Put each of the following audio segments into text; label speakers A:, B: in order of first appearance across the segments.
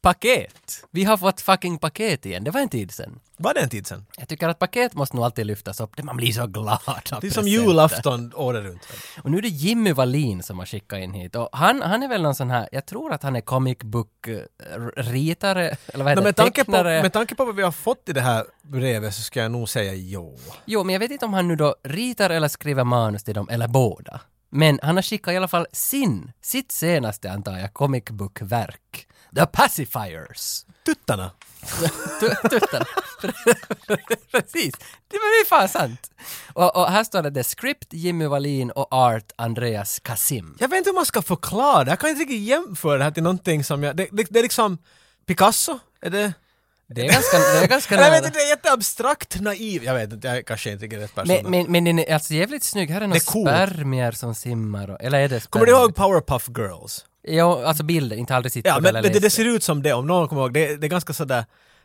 A: Paket! Vi har fått fucking paket igen. Det var en tid sen.
B: Var det en tid sen?
A: Jag tycker att paket måste nog alltid lyftas upp. Det- Man blir så glad av
B: Det är som
A: presenter.
B: julafton året runt.
A: Och nu är det Jimmy Wallin som har skickat in hit. Och han, han är väl någon sån här, jag tror att han är comic book-ritare, eller vad heter
B: Men
A: det,
B: med, tanke på,
A: tecknare.
B: med tanke på vad vi har fått i det här brevet så ska jag nog säga jo.
A: Jo, men jag vet inte om han nu då ritar eller skriver manus till dem, eller båda. Men han har skickat i alla fall sin, sitt senaste antar jag, comic book-verk. The Pacifiers.
B: Tuttarna!
A: Tu- Tuttarna. Precis. Det var ju fan sant. Och, och här står det The Script, Jimmy Wallin och Art, Andreas Kasim.
B: Jag vet inte hur man ska förklara det. Jag kan inte riktigt jämföra det här till någonting som jag... Det, det, det är liksom Picasso? Är det...
A: Det är ganska, det är ganska
B: Jag
A: nära.
B: vet inte, det är jätteabstrakt, naiv. Jag vet inte, jag är kanske inte riktigt rätt person.
A: Men, men, men den är alltså jävligt snygg. Här är några
B: Det är coolt.
A: spermier som simmar. Och, eller är det
B: Kommer du
A: spermier?
B: ihåg Powerpuff Girls?
A: Jo, alltså bilden. Inte aldrig sitter
B: Ja, men, men det, det
A: läst
B: ser ut som det, om någon kommer ihåg. Det, det är ganska sådär...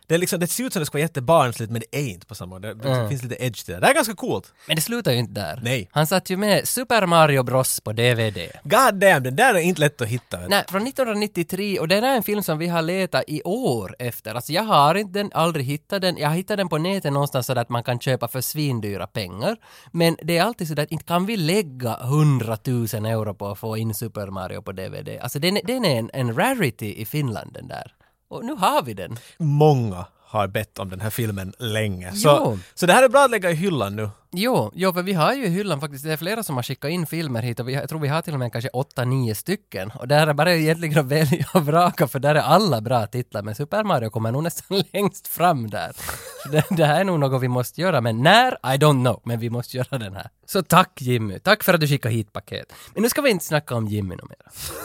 B: Det, är liksom, det ser ut som det ska vara jättebarnsligt men det är inte på samma gång. Det, det
A: Mm.
B: finns lite edge till det. Det här är ganska coolt.
A: Men det slutar ju inte där.
B: Nej.
A: Han satt ju med Super Mario Bros på DVD.
B: God damn, den där är inte lätt att hitta. vet du.
A: Nej, från 1993 och det där är en film som vi har letat i år efter. Alltså jag har inte den, aldrig hittat den. Jag har hittat den på nätet någonstans så att man kan köpa för svindyra pengar. Men det är alltid så där att inte kan vi lägga 100 000 euro på att få in Super Mario på DVD. Alltså den, är- den är en, en rarity i Finland den där. Och nu har vi den.
B: Många har bett om den här filmen länge.
A: Jo.
B: Så, så det här är bra att lägga i hyllan nu.
A: Jo, jo, för vi har ju i hyllan faktiskt, det är flera som har skickat in filmer hit och vi, har- jag tror vi har till och med kanske åtta, nio stycken. Och där är bara egentligen att välja och vraka för där är alla bra titlar men Super Mario kommer nog nästan längst fram där. Så det, det här är nog något vi måste göra men när? I don't know, men vi måste göra den här. Så tack Jimmy, tack för att du skickade hit paket. Men nu ska vi inte snacka om Jimmy något mer.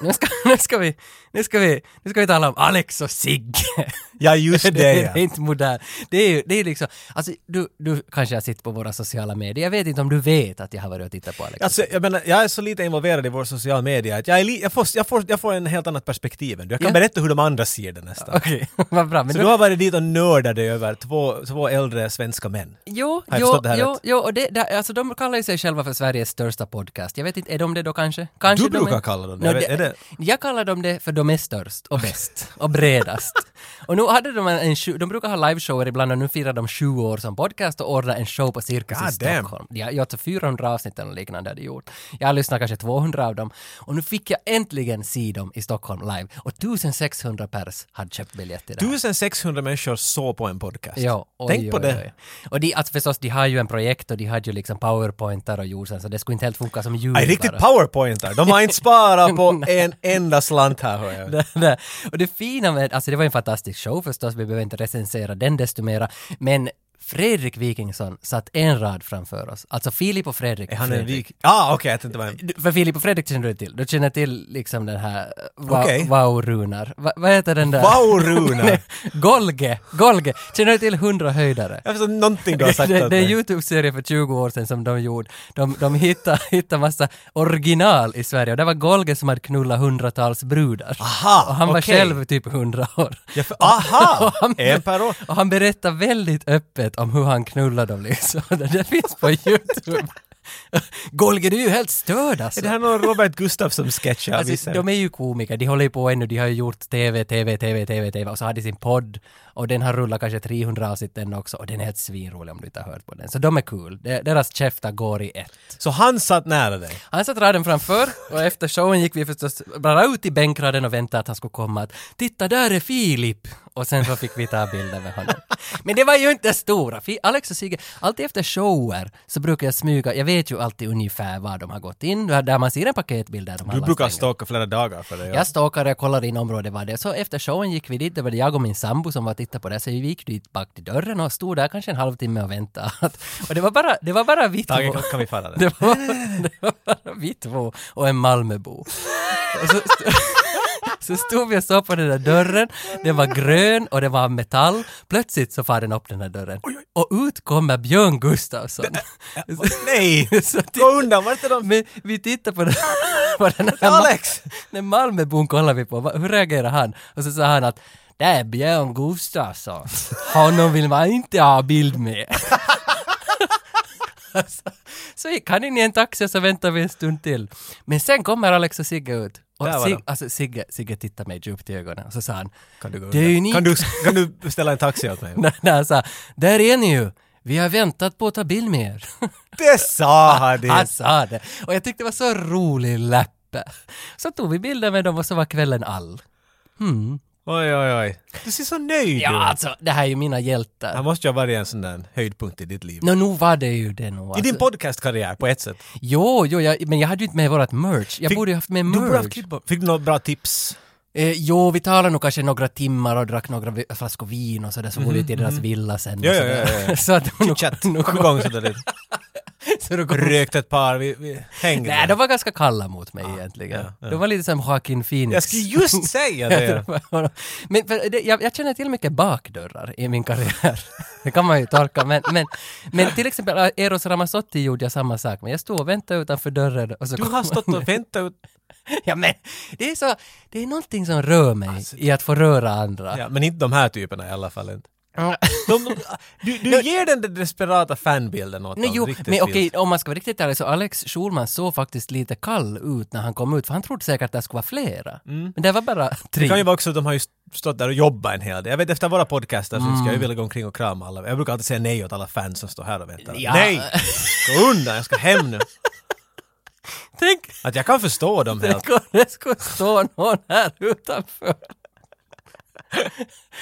A: Nu ska, nu ska vi, nu ska vi, nu ska vi tala om Alex och Sigge.
B: Ja, just det,
A: Det,
B: ja.
A: det är inte modern. Det är ju det är liksom, alltså du, du kanske har sett på våra sociala medier, jag vet inte om du vet att jag har varit och tittat på Alex.
B: Alltså, jag menar, jag är så lite involverad i vår sociala media att jag, är li- jag, får, jag, får, jag får en helt annat perspektiv än du. Jag kan
A: Ja.
B: berätta hur de andra ser det nästan.
A: Okej, vad bra. Men
B: Så
A: då-
B: du har varit dit och nördat dig över två, två äldre svenska män?
A: Jo,
B: Har jag
A: jo,
B: förstått det här
A: jo,
B: rätt?
A: jo, och det, det, alltså de kallar ju sig själva för Sveriges största podcast. Jag vet inte, är de det då kanske? kanske
B: Du
A: de
B: brukar kalla dem det.
A: Nå,
B: Jag vet- är det-
A: Jag kallar dem det för de är störst och bäst och bredast. och nu hade de en, en sju- de brukar ha liveshower ibland och nu firar de 20 år som podcast och ordnar en show på Cirkus i
B: God damn.
A: Stockholm. De har gjort 400 avsnitt eller liknande hade gjort. Jag har lyssnat kanske 200 av dem och nu fick jag äntligen se dem i Stockholm live och 1600 pers hade köpt biljett till det här.
B: 1600 människor såg på en podcast.
A: Ja, oj,
B: Tänk på
A: oj,
B: det.
A: oj. Och de, alltså förstås, de har ju en projekt och de hade ju liksom powerpointar och jordsen, så det skulle inte helt funka som ljud
B: Aj, riktigt
A: bara.
B: powerpointar. De har inte sparat på en enda slant här hör jag.
A: Det- det- och det fina med, alltså det var ju en fantastisk show förstås, vi behöver inte recensera den desto mera, men Fredrik Wikingsson satt en rad framför oss. Alltså Filip och Fredrik.
B: Är han en
A: Fredrik.
B: vik... Ah, okej, jag tänkte det var en...
A: Du- För Filip och Fredrik känner du till. Du känner till liksom den här
B: Okej.
A: wow, wow-runar. Va, vad heter den där?
B: Vauruna!
A: Golge! Golge! Känner du till hundra höjdare?
B: Jag förstår någonting du har sagt
A: det,
B: åt
A: det är en
B: mig.
A: YouTube-serie för 20 år sedan som de gjorde. De, de hittade, hittade massa original i Sverige och det var Golge som hade knullat hundratals brudar.
B: Aha,
A: och han var
B: okej.
A: själv typ 100 år.
B: Jag för... Aha!
A: Och han-
B: en per år.
A: Och han berättar väldigt öppet om hur han knullade dem liksom. Det, det finns på YouTube. Golge, du är ju helt störd alltså.
B: Är det här någon Robert Gustafsson-sketch jag
A: Alltså,
B: missar?
A: de är ju komiker, de håller ju på ännu, de har ju gjort TV, TV, TV, TV, TV och så har de sin podd och den har rullat kanske 300 avsnitt den också och den är helt svinrolig om du inte har hört på den. Så de är cool, De- deras käftar går i ett. Alltså,
B: Så han satt nära dig?
A: Han satt raden framför och efter showen gick vi förstås bara ut i bänkraden och väntade att han skulle komma att “Titta, där är Filip!” och sen så fick vi ta bilder med honom. Men det var ju inte det stora. Fi- Alex och Sigge, alltid efter shower så brukar jag smyga, jag vet ju alltid ungefär var de har gått in, där man ser en paketbild där de har
B: Du brukar
A: lastat in.
B: stalka flera dagar för det. Ja.
A: Jag stalkade och kollade in området vad det är. Så efter showen gick vi dit, det var det jag och min sambo som var och tittade på det, så vi gick dit bak till dörren och stod där kanske en halvtimme och väntade. Och det var bara, det var bara vi två.
B: Tage, kan- kan vi falla där?
A: Det var, det var bara vi två och en Malmöbo. Och så, så stod vi och såg på den där dörren, den var grön och den var av metall. Plötsligt så far den upp den där dörren och ut kommer Björn Gustafsson.
B: Nej!
A: Så titt-
B: Gå undan, vart är de?
A: men vi tittar på den, på den här
B: Alex!
A: Ma- den Malmöbon kollar vi på, Va- hur reagerar han? Och så sa han att det är Björn Gustafsson. Honom vill man inte ha bild med. så, så gick han in i en taxi och så väntade vi en stund till. Men sen kommer Alex och Sigge ut. Och
B: Där var
A: Sig,
B: de.
A: alltså Sigge, Sigge tittade mig djupt i ögonen och så sa han
B: Kan du, gå
A: Det är
B: undan?
A: unikt.
B: kan, du, kan du beställa en taxi åt mig?
A: när när han sa Där är ni ju! Vi har väntat på att ta bild med er.
B: Det sa han
A: Han
B: det!
A: sa det. Och jag tyckte det var så rolig läppe. Så tog vi bilder med dem och så var kvällen all. Mm.
B: Oj, oj, oj. Du ser så nöjd
A: Ja,
B: ut.
A: alltså det här är ju mina
B: Han
A: hjältar.
B: måste ju ha varit en sån där höjdpunkt i ditt liv.
A: Nå, nu var det ju det nog.
B: I din
A: Alltså.
B: podcastkarriär på ett sätt.
A: Jo, jo, jag, men jag hade ju inte med vårat merch. Jag
B: Fick-
A: borde ju haft med
B: Du borde haft
A: merch.
B: klipp på- Fick du några bra tips?
A: Eh, jo, vi talade nog kanske några timmar och drack några vi- flaskor vin och sådär, så går vi till deras villa sen. och
B: Mhm, Ja, ja,
A: sådär.
B: ja, ja, ja.
A: så att nog,
B: Chitchat.
A: nog,
B: Kom igång sådär lite.
A: så det går-
B: Rökt ett par, vi, vi hängde.
A: Nej, de var ganska kalla mot mig egentligen.
B: ja, ja.
A: De var lite som Joaquin Phoenix.
B: Jag skulle just säga det!
A: men för det, jag, jag känner till mycket bakdörrar i min karriär. Det kan man ju torka, men, men, men till exempel äh, Eros Ramazzotti gjorde jag samma sak med. Jag stod och väntade utanför dörren och så
B: Du
A: kom
B: har
A: han
B: stått och väntat ut...
A: Ja men, det är så, det är någonting som rör mig i att få röra andra.
B: Alltså, Ja, men inte de här typerna i alla fall inte.
A: Mm.
B: De, du du ger den där desperata fanbilden åt
A: Nej,
B: dem.
A: jo,
B: riktigt
A: men
B: fint.
A: okej, om man ska vara riktigt ärlig så Alex Schulman såg faktiskt lite kall ut när han kom ut, för han trodde säkert att det skulle vara flera. Men det var bara
B: Mm. Det
A: tre.
B: kan ju vara också att de har ju stått där och jobbat en hel del. Jag vet efter våra podcaster så
A: Mm.
B: ska jag ju vilja gå omkring och krama alla. Jag brukar alltid säga nej åt alla fans som står här och väntar.
A: Ja.
B: Nej! Gå undan, jag ska hem nu.
A: Tänk,
B: Att jag kan förstå dem helt.
A: tänk om det skulle stå någon här utanför.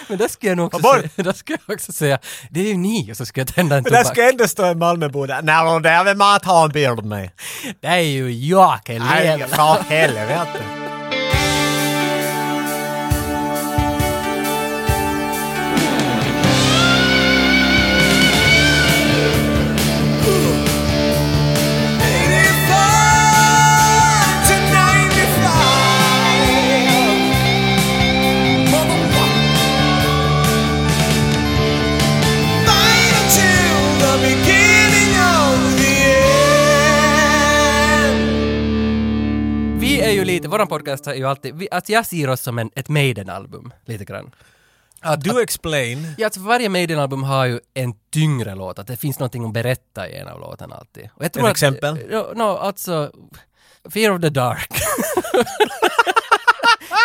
A: Men det skulle jag nog också,
B: Gå bort!
A: säga, det skulle jag också säga, det är ju ni, och så skulle jag tända en
B: Men där
A: tobak.
B: ska ändå stå en Malmöbo där. Nej, de där vill man ta en bild med.
A: Det är ju jag,
B: Nej,
A: elev.
B: för helvete.
A: Vi är ju lite, våran podcast är ju alltid, vi, att jag ser oss som en, ett Maiden-album, lite grann. Att,
B: Do explain.
A: Ja, alltså varje Maiden-album har ju en tyngre låt, att det finns någonting att berätta i en av låtarna alltid. Och jag
B: Ett exempel?
A: Ja, no, alltså, Fear of the Dark.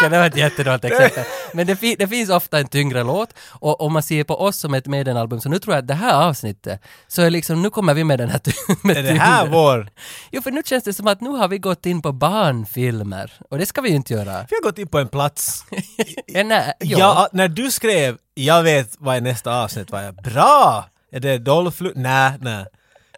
A: Ja, det var ett jättedåligt exempel. Men det, fi- det finns ofta en tyngre låt och om man ser på oss som ett Maiden-album, så nu tror jag att det här avsnittet, så är liksom, nu kommer vi med den här ty- med
B: Är det här
A: tyngden.
B: vår...
A: Jo, för nu känns det som att nu har vi gått in på barnfilmer och det ska vi ju inte göra. äh,
B: Vi har gått in på en plats.
A: Ja, nej, jo.
B: Ja, när du skrev “Jag vet vad är nästa avsnitt” var jag “Bra!” Är det Dolph Lund? Nej, nej.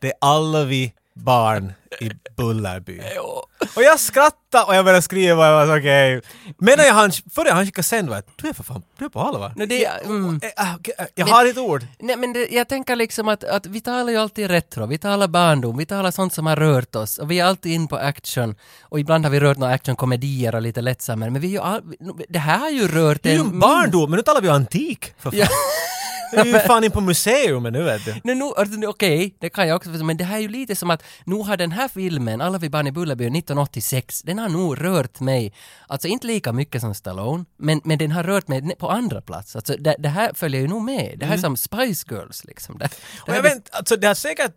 B: Det är alla vi barn i Bullerby.
A: Jo.
B: Och jag skrattade och jag började skriva och jag var så okej. Medan jag hann, före jag hann skicka sänd var jag “Du är för fan, du är på allvar?”
A: No, det, mm.
B: Eh, ah, okej, eh, Jag har ett ord.
A: Nej men det, jag tänker liksom att, att vi talar ju alltid retro, vi talar barndom, vi talar sånt som har rört oss och vi är alltid in på action och ibland har vi rört några actionkomedier och lite lättsammare men vi är ju all, det här har ju rört
B: Det är ju en barndom, men nu talar vi ju antik. För fan.
A: Ja.
B: Vi är ju fan in på museum nu vet du.
A: Nu, nu, alltså, nu, Okej, det kan jag också förstå, men det här är ju lite som att nu har den här filmen, Alla vi barn i Bullerby 1986, den har nog rört mig, alltså inte lika mycket som Stallone, men, men den har rört mig ne- på andra plats. Alltså det, det här följer ju nog med, det här är som Spice Girls liksom. Det, det
B: Mm. Och
A: här
B: jag
A: är-
B: vet inte, alltså det har säkert,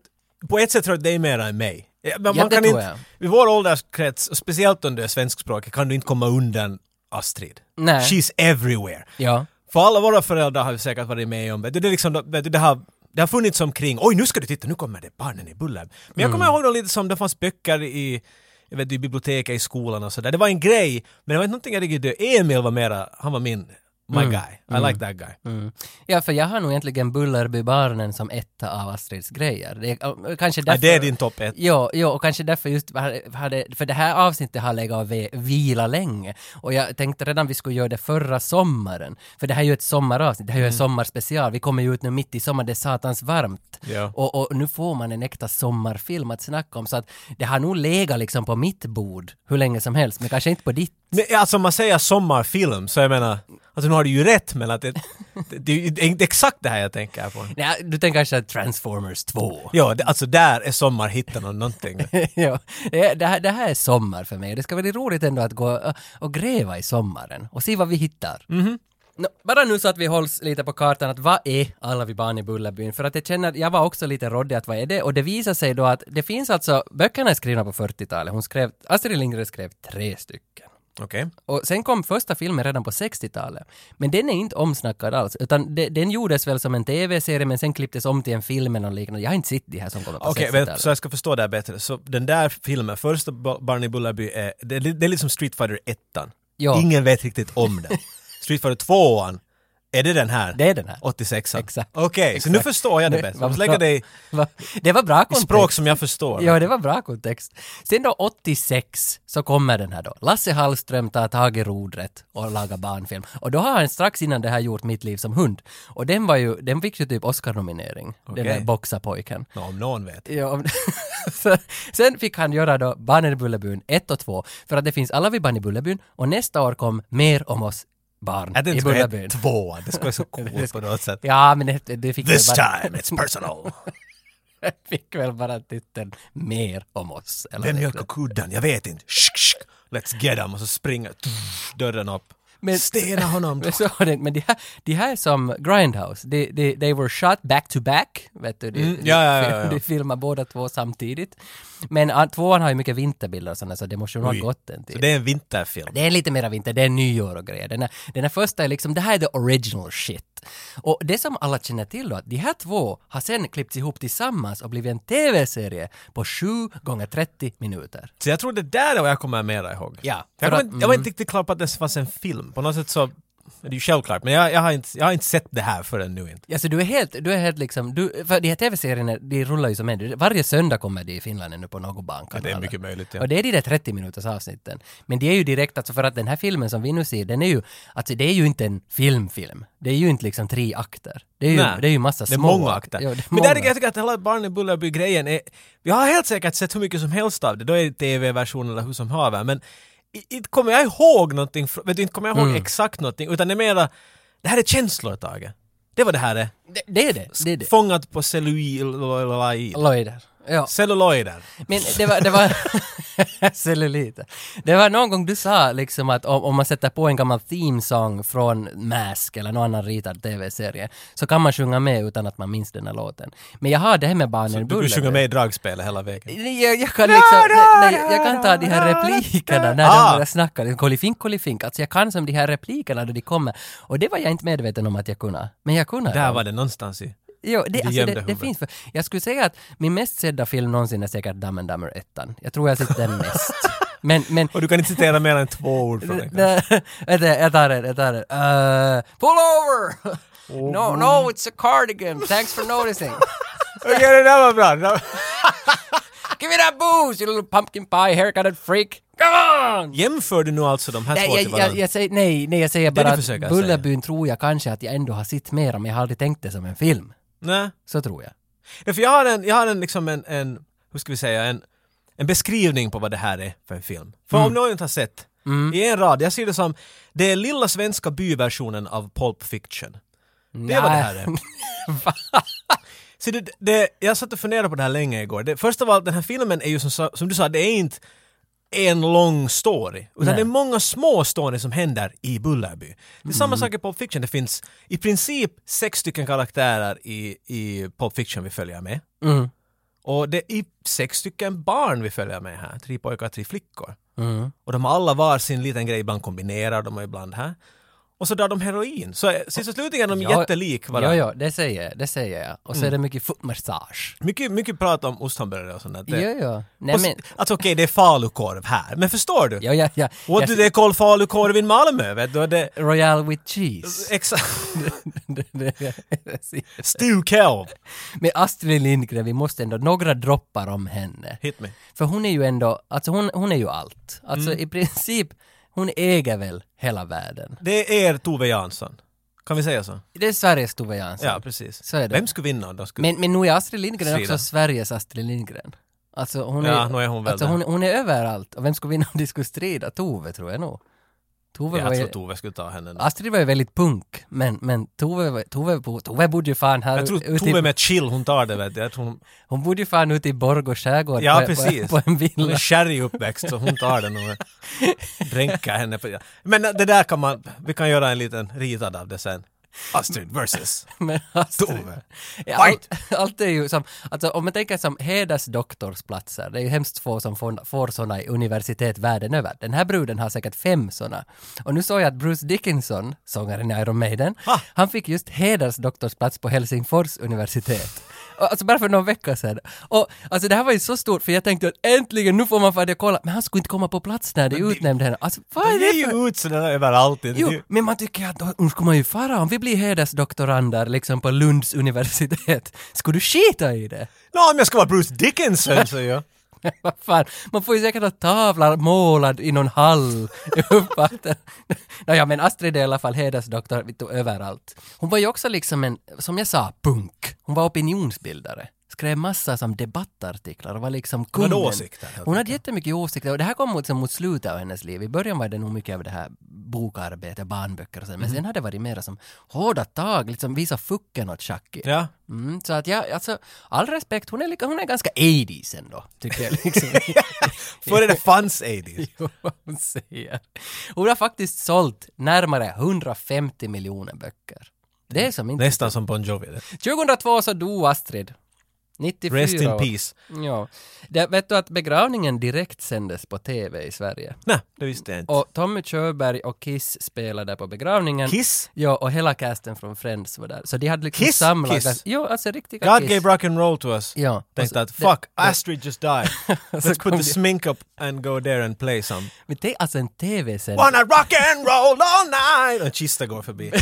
B: på ett sätt tror jag att det är mer än mig. Ja, men
A: Ja,
B: man
A: det
B: kan
A: tror
B: inte,
A: jag.
B: I vår ålderskrets, och speciellt om du är svenskspråkig, kan du inte komma undan Astrid.
A: Nej.
B: She's everywhere.
A: Ja.
B: För alla våra föräldrar har ju säkert varit med om, vet du, det är liksom, vet du, det har det har funnits omkring, oj nu ska du titta, nu kommer det barnen i bullen. Men jag
A: Mm.
B: kommer ihåg dem lite som det fanns böcker i, jag vet, i biblioteket, i skolan och sådär. Det var en grej, men det var inte någonting jag riktigt Emil var mera, han var min, my guy. I like that guy.
A: Mm. Ja, för jag har nog egentligen Bullerbybarnen som etta av Astrids grejer. Det är, äh, kanske
B: Ja,
A: därför...
B: det är din topp ett.
A: Jo, jo, och kanske därför just har- hade, för det här avsnittet har legat och ve- vila länge. Och jag tänkte redan vi skulle göra det förra sommaren. För det här är ju ett sommaravsnitt, det här är ju en
B: Mm.
A: sommarspecial. Vi kommer ju ut nu mitt i sommaren, det är satans varmt.
B: Ja.
A: Och, och nu får man en äkta sommarfilm att snacka om. Så att det har nog legat liksom på mitt bord hur länge som helst, men kanske inte på ditt.
B: Men alltså om man säger sommarfilm så jag menar, alltså nu har du ju rätt men att det, det, det är ju inte exakt det här jag tänker på.
A: Nej, du tänker kanske Transformers 2?
B: Ja, det, alltså där är sommarhitten och någonting.
A: ja, det, det, här, det här är
B: Mhm.
A: sommar för mig. Det ska bli roligt ändå att gå och, och gräva i sommaren och se vad vi hittar. Nå, bara nu så att vi hålls lite på kartan att vad är alla vi barn i Bullerbyn? För att jag känner, jag var också lite råddig att vad är det? Och det visar sig då att det finns alltså, böckerna är skrivna på 40-talet. Hon skrev, Astrid Lindgren skrev tre stycken.
B: Okej.
A: Och sen kom första filmen redan på 60-talet. Men den är inte omsnackad alls, utan de, den gjordes väl som en tv-serie men sen klipptes om till en film eller något liknande. Jag har inte sett de här som kommer på
B: Okej, men
A: 60-talet.
B: så jag ska förstå det här bättre. Så den där filmen, första Ba- Barn i Bullerby, är, det, är li- det är liksom Street Fighter 1.
A: Ja.
B: Ingen vet riktigt om den. Street Fighter 2, är det den här?
A: Det är den här.
B: 86
A: Exakt.
B: Okej, så nu förstår jag det bättre. Jag måste lägga det i
A: Va? Det var bra kontext.
B: språk som jag förstår.
A: Ja, det var bra kontext. Sen då 86 så kommer den här då. Lasse Hallström tar tag i rodret och lagar barnfilm. Och då har han strax innan det här gjort Mitt liv som hund. Och den var ju, den fick ju typ Oscar-nominering. Den där
B: Okej.
A: boxarpojken.
B: Nå, om någon vet.
A: Ja, om- Så- sen fick han göra då Barnen i Bullerbyn 1 och 2 för att det finns alla vid Barnen i Bullerbyn och nästa år kom Mer om oss barn
B: Att det
A: i
B: inte skulle
A: Bullerbyn.
B: heta tvåan, det skulle vara så coolt på något sätt.
A: Ja, men det, det fick
B: This
A: väl bara,
B: time it's personal.
A: fick väl bara titeln Mer om oss. Eller
B: Vem
A: något
B: mjölkar kudden? Jag vet inte. Shk, shk. Let's get him. Och så springer tuff, dörren upp.
A: Men-
B: Stena honom.
A: Men, så, har det- men de, här, de här är som Grindhouse, de, de, they were shot back to back, vet du. De, de-
B: Mm, ja, ja, ja, ja.
A: de filmar båda två samtidigt. Men ah, tvåan har ju mycket vinterbilder och sådana, så det måste ju ha
B: Oj.
A: gått en tid.
B: Så det är en vinterfilm.
A: Det är lite mera vinter, det är nyår och grejer. Den här, den här första är liksom, det här är the original shit. Och det som alla känner till då, att de här två har sen klippts ihop tillsammans och blivit en TV-serie på 7 gånger 30 minuter.
B: Så jag tror det där är vad jag kommer mera ihåg.
A: Ja, för
B: jag, kommer,
A: att-
B: inte- jag var inte riktigt klar på att det fanns en film. På något sätt så, det är ju självklart, men jag, jag, har, inte, jag har inte sett det här förrän nu inte.
A: Alltså du är helt, du är helt liksom, du, för de här TV-serierna, de rullar ju som en. Varje söndag kommer de i Finland nu på någon
B: Men det
A: bankkanal.
B: är mycket möjligt. Ja.
A: Och det är de där 30 minuters avsnitten. Men det är ju direkt, alltså för att den här filmen som vi nu ser, den är ju, alltså det är ju inte en filmfilm. Det är ju inte liksom tre akter. Det är ju,
B: Nej.
A: det är ju massa
B: Det är
A: små
B: många akter.
A: Ja, det är
B: men
A: många.
B: där tycker jag tycker att hela Barn i Bullerby-grejen är... Vi har helt säkert sett hur mycket som helst av det. Då är det TV-versionen eller hur som haver. Men i- inte kommer jag ihåg någonting. fr- Vet du, inte kommer jag ihåg
A: Mm.
B: exakt någonting. Utan det är mera... Det här är känslor, Tage. Det var det här är.
A: det, det är det, det är det.
B: Fångat på celluloider.
A: Lloyder. Ja,
B: Celluloider.
A: men det var, det var celluliter. Det var någon gång du sa liksom att om, om man sätter på en gammal theme song från Mask eller någon annan ritad tv-serie så kan man sjunga med utan att man minns den här låten. Men jag har det här med barnen i
B: Du vill
A: Bullerbyn.
B: sjunga med i dragspelet hela vägen.
A: Nej, Jag, jag kan liksom, nej, nej, jag kan ta de här replikerna när
B: Ah.
A: de börjar snacka. Kolifink, kolifink. Alltså jag kan som de här replikerna när de kommer. Och det var jag inte medveten om att jag kunde. Men jag kunde.
B: Där
A: dem.
B: var det någonstans i.
A: Jo, det, alltså,
B: gömde
A: det, det
B: huvudet.
A: finns. För, jag skulle säga att min mest sedda film någonsin är säkert Dumb and Dumber 1. Jag tror jag har sett den mest. Men, men...
B: Och du kan inte citera mer än två ord från den.
A: Vänta, jag tar den, jag tar den. Uh, pull over! No, no, it's a cardigan. Thanks for noticing.
B: Okej, det där var bra.
A: Give me that booze, you little pumpkin pie haircutted freak. Come on!
B: Jämför du nu alltså de här
A: Nej,
B: två till
A: jag, jag,
B: varandra?
A: jag säger, nej, nej, jag säger
B: Det är
A: bara
B: det försöker
A: att
B: jag
A: Bullerbyn tror jag kanske att jag ändå har sett mera, men jag har aldrig tänkt det som en film.
B: Nej.
A: Så tror jag.
B: Ja, för jag har en, jag har en liksom en, en, hur ska vi säga, en, en beskrivning på vad det här är för en film. För om någon inte har sett, i en rad, jag ser det som, det är lilla svenska byversionen av Pulp Fiction. Det är vad det här är. Så det, det, jag satt och funderade på det här länge igår. Det, först av allt, den här filmen är ju som, sa- som du sa, det är inte en lång story. Utan
A: Nej.
B: det är många små stories som händer i Bullerby. Det är
A: Mm.
B: samma sak i Pulp Fiction. Det finns i princip sex stycken karaktärer i, i Pulp Fiction vi följer med.
A: Mm.
B: Och det är sex stycken barn vi följer med här. Tre pojkar, tre flickor.
A: Mm.
B: Och de har alla var sin liten grej, ibland kombinerar de och ibland här. Och så drar de heroin. Så eh, sist och slutligen är de
A: Ja,
B: jättelik Mm.
A: Ja,
B: varandra.
A: ja, det säger jag, det säger jag. Och så är det mycket footmassage.
B: Mycket, mycket prat om osthamburgare och sånt där.
A: Ja,
B: Det-
A: ja. Nej
B: Och
A: men,
B: så- Alltså okej, det är falukorv här, men förstår du?
A: ja, ja, ja.
B: What
A: Jag-
B: do they call falukorv in Malmö? Vet du? Det,
A: Royal with cheese.
B: exakt.
A: Det- det- det-
B: Stukelv!
A: men Astrid Lindgren, vi måste ändå, några droppar om henne.
B: Hit me.
A: För hon är ju ändå, alltså hon, hon är ju allt. Alltså
B: Mm.
A: i princip, hon äger väl hela världen.
B: Det är er Tove Jansson. Kan vi säga så?
A: Det är Sveriges Tove Jansson.
B: Ja, precis.
A: Så är det.
B: Vem skulle vinna om de skulle...
A: Men, men nu är Astrid Lindgren
B: Strida.
A: också Sveriges Astrid Lindgren. Alltså hon är,
B: Ja, nu är hon väl
A: alltså
B: det.
A: hon, hon är överallt. Och vem skulle vinna om de skulle strida? Tove tror jag nog. Tove var
B: Jag tror
A: ju,
B: Tove skulle ta henne.
A: Astrid var ju väldigt punk, men, men Tove, var- Tove, bo- Tove bodde ju fan här
B: Jag tror
A: ute
B: Tove
A: i,
B: med chill, hon tar det vet du. Jag tror hon,
A: Hon bodde ju fan ute i Borgå skärgård
B: Ja,
A: på,
B: precis.
A: på, på en
B: hon är
A: villa.
B: kärrig uppväxt så hon tar den och dränker henne. På, men det där kan man, vi kan göra en liten ritad av det sen. Astrid versus
A: Men Astrid,
B: Tove.
A: Ja,
B: Fight!
A: allt, allt är ju som, alltså om man tänker som hedersdoktorsplatser, det är ju hemskt få som får, får sådana i universitet världen över. Den här bruden har säkert fem sådana. Och nu såg jag att Bruce Dickinson, sångaren i Iron Maiden,
B: Ha!
A: han fick just hedersdoktorsplats på Helsingfors universitet. Och, Alltså bara för någon vecka sedan. Och alltså det här var ju så stort för jag tänkte att äntligen nu får man fan det kolla. Men han skulle inte komma på plats när det
B: Men det-
A: utnämnde henne. Alltså vad
B: De
A: är det
B: ger
A: för
B: ju ut sådana överallt. Det-
A: Jo, men man tycker att då- nu skulle man ju fara om vi blir hedersdoktorander liksom på Lunds universitet. Skulle du skita i det?
B: Nå, om jag ska vara Bruce Dickinson så ja.
A: Vad fan, man får ju säkert ha tavlan målad i någon hall. Uppfattar. Nåja, men Astrid är i alla fall hedersdoktor vet du, överallt. Hon var ju också liksom en, som jag sa, punk. Hon var opinionsbildare. Skrev massa som debattartiklar och var liksom
B: Hon
A: kungen.
B: hade åsikter. helt
A: Hon hade jättemycket åsikter och det här kom mot, som mot slutet av hennes liv. I början var det nog mycket av det här bokarbete, barnböcker och så, men
B: Mhm.
A: sen hade det varit mera som hårda tag, liksom visa fucken åt Chucky.
B: Ja.
A: Mm, så att jag, alltså, all respekt, hon är, lika, hon är ganska 80s ändå, tycker jag liksom.
B: Före det fanns 80s.
A: Jo, vad hon säger. Hon har faktiskt sålt närmare 150 miljoner böcker. Det är som inte...
B: Nästan som Bon Jovi. det.
A: 2002 så dog Astrid. 94
B: Rest in
A: år.
B: peace.
A: Ja. Det, vet du att begravningen direkt sändes på TV i Sverige?
B: Nej, det visste jag inte.
A: Och Tommy Körberg och Kiss spelade på begravningen.
B: Kiss?
A: Ja, och hela casten från Friends var där. Så de hade liksom
B: Kiss?
A: samlat...
B: Kiss?
A: Jo, alltså riktiga
B: God
A: Kiss.
B: gave rock and roll to us.
A: Ja. alltså, och
B: Tänkte
A: så-
B: att
A: det-
B: fuck, Astrid just died. Let's
A: kom
B: put
A: det-
B: the smink up and go there and play some.
A: Men det är alltså en TV-sändning.
B: Wanna rock and roll all night! Och en kista går förbi.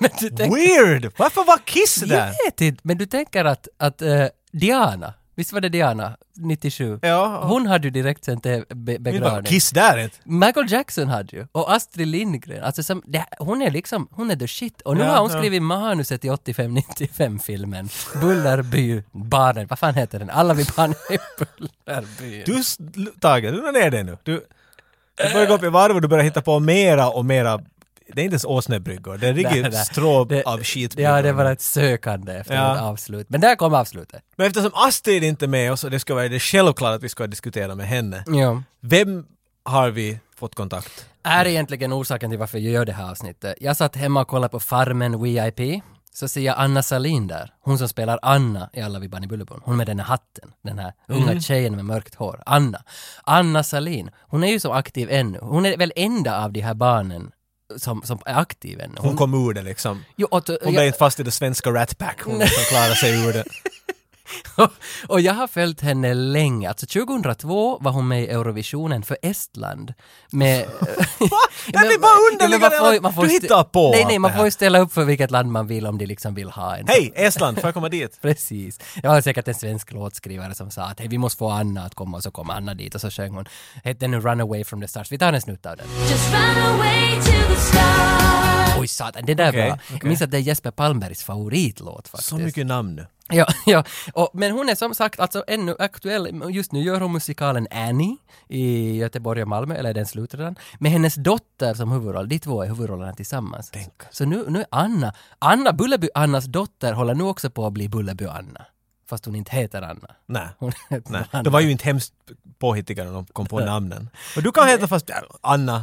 A: Men du tänker...
B: Weird! Varför var Kiss
A: Jag
B: där?
A: vet inte, men du tänker att, att eh, Diana, visst var det Diana, 97?
B: Ja.
A: Hon hade ju direkt sen till be-
B: Inte var
A: begravning.
B: Kiss där inte.
A: Michael Jackson hade ju, och Astrid Lindgren, alltså som, det, hon är liksom, hon är the shit. Och nu
B: Ja,
A: har hon
B: ja.
A: skrivit manuset i 85-95-filmen, Bullerby, barnen, vad fan heter den? Alla vi barn i Bullerby.
B: Du, s- l- Tage, du la ner dig nu. Du, du börjar gå upp i varv och du börjar hitta på mera och mera. Det är inte ens åsnebryggor, det är
A: Nej, nej.
B: riktigt strå
A: Det-
B: av skitbryggor.
A: Ja, det var ett sökande efter
B: Ja.
A: ett avslut. Men där kom avslutet.
B: Men eftersom Astrid inte är med oss och det ska vara det självklart att vi ska diskutera med henne.
A: Ja.
B: Vem har vi fått kontakt?
A: är egentligen orsaken till varför jag gör det här avsnittet. Jag satt hemma och kollade på Farmen VIP. Så ser jag Anna Salin där, hon som spelar Anna i Alla vi barn i Bullerbyn. Hon med den här hatten, den här unga
B: Mm.
A: tjejen med mörkt hår. Anna. Anna Salin, hon är ju så aktiv ännu. Hon är väl enda av de här barnen som, som är aktiv ännu.
B: Hon kom ur det liksom.
A: jo, och,
B: Hon blev inte fast i det svenska Rat Pack. Hon liksom klarade sig ur det.
A: och jag har följt henne länge. Alltså 2002 var hon med i Eurovisionen för Estland. Med...
B: Det blir
A: Ja,
B: bara
A: men man får-
B: underligare!
A: man får
B: Du
A: stä-
B: hittar på
A: Nej,
B: allt
A: nej, man
B: det
A: får
B: här.
A: ju ställa upp för vilket land man vill om de liksom vill ha en.
B: Hej, Estland, får jag komma dit?
A: Precis. Jag har säkert en svensk låtskrivare som sa att hej, vi måste få Anna att komma och så kom Anna dit och så sjöng hon. Hette nu Runaway from the Stars. Vi tar en snutt av den.
C: Just run away to the stars.
A: Oj satan, det där
B: Okej,
A: var... Jag
B: okej.
A: minns att det är Jesper Palmbergs favoritlåt faktiskt.
B: Så mycket namn.
A: Ja, ja. Och, men hon är som sagt alltså ännu aktuell. Just nu gör hon musikalen Annie i Göteborg och Malmö, eller är den slut redan? Med hennes dotter som huvudroll. De två är huvudrollerna tillsammans. Så nu, nu är Anna, Anna Bullerby-Annas dotter håller nu också på att bli Bullerby-Anna. Fast hon inte heter Anna.
B: Nej.
A: Hon heter
B: Nej.
A: Anna.
B: Det var ju inte hemskt påhittiga när de kom på namnen. Och du kan heta fast Anna,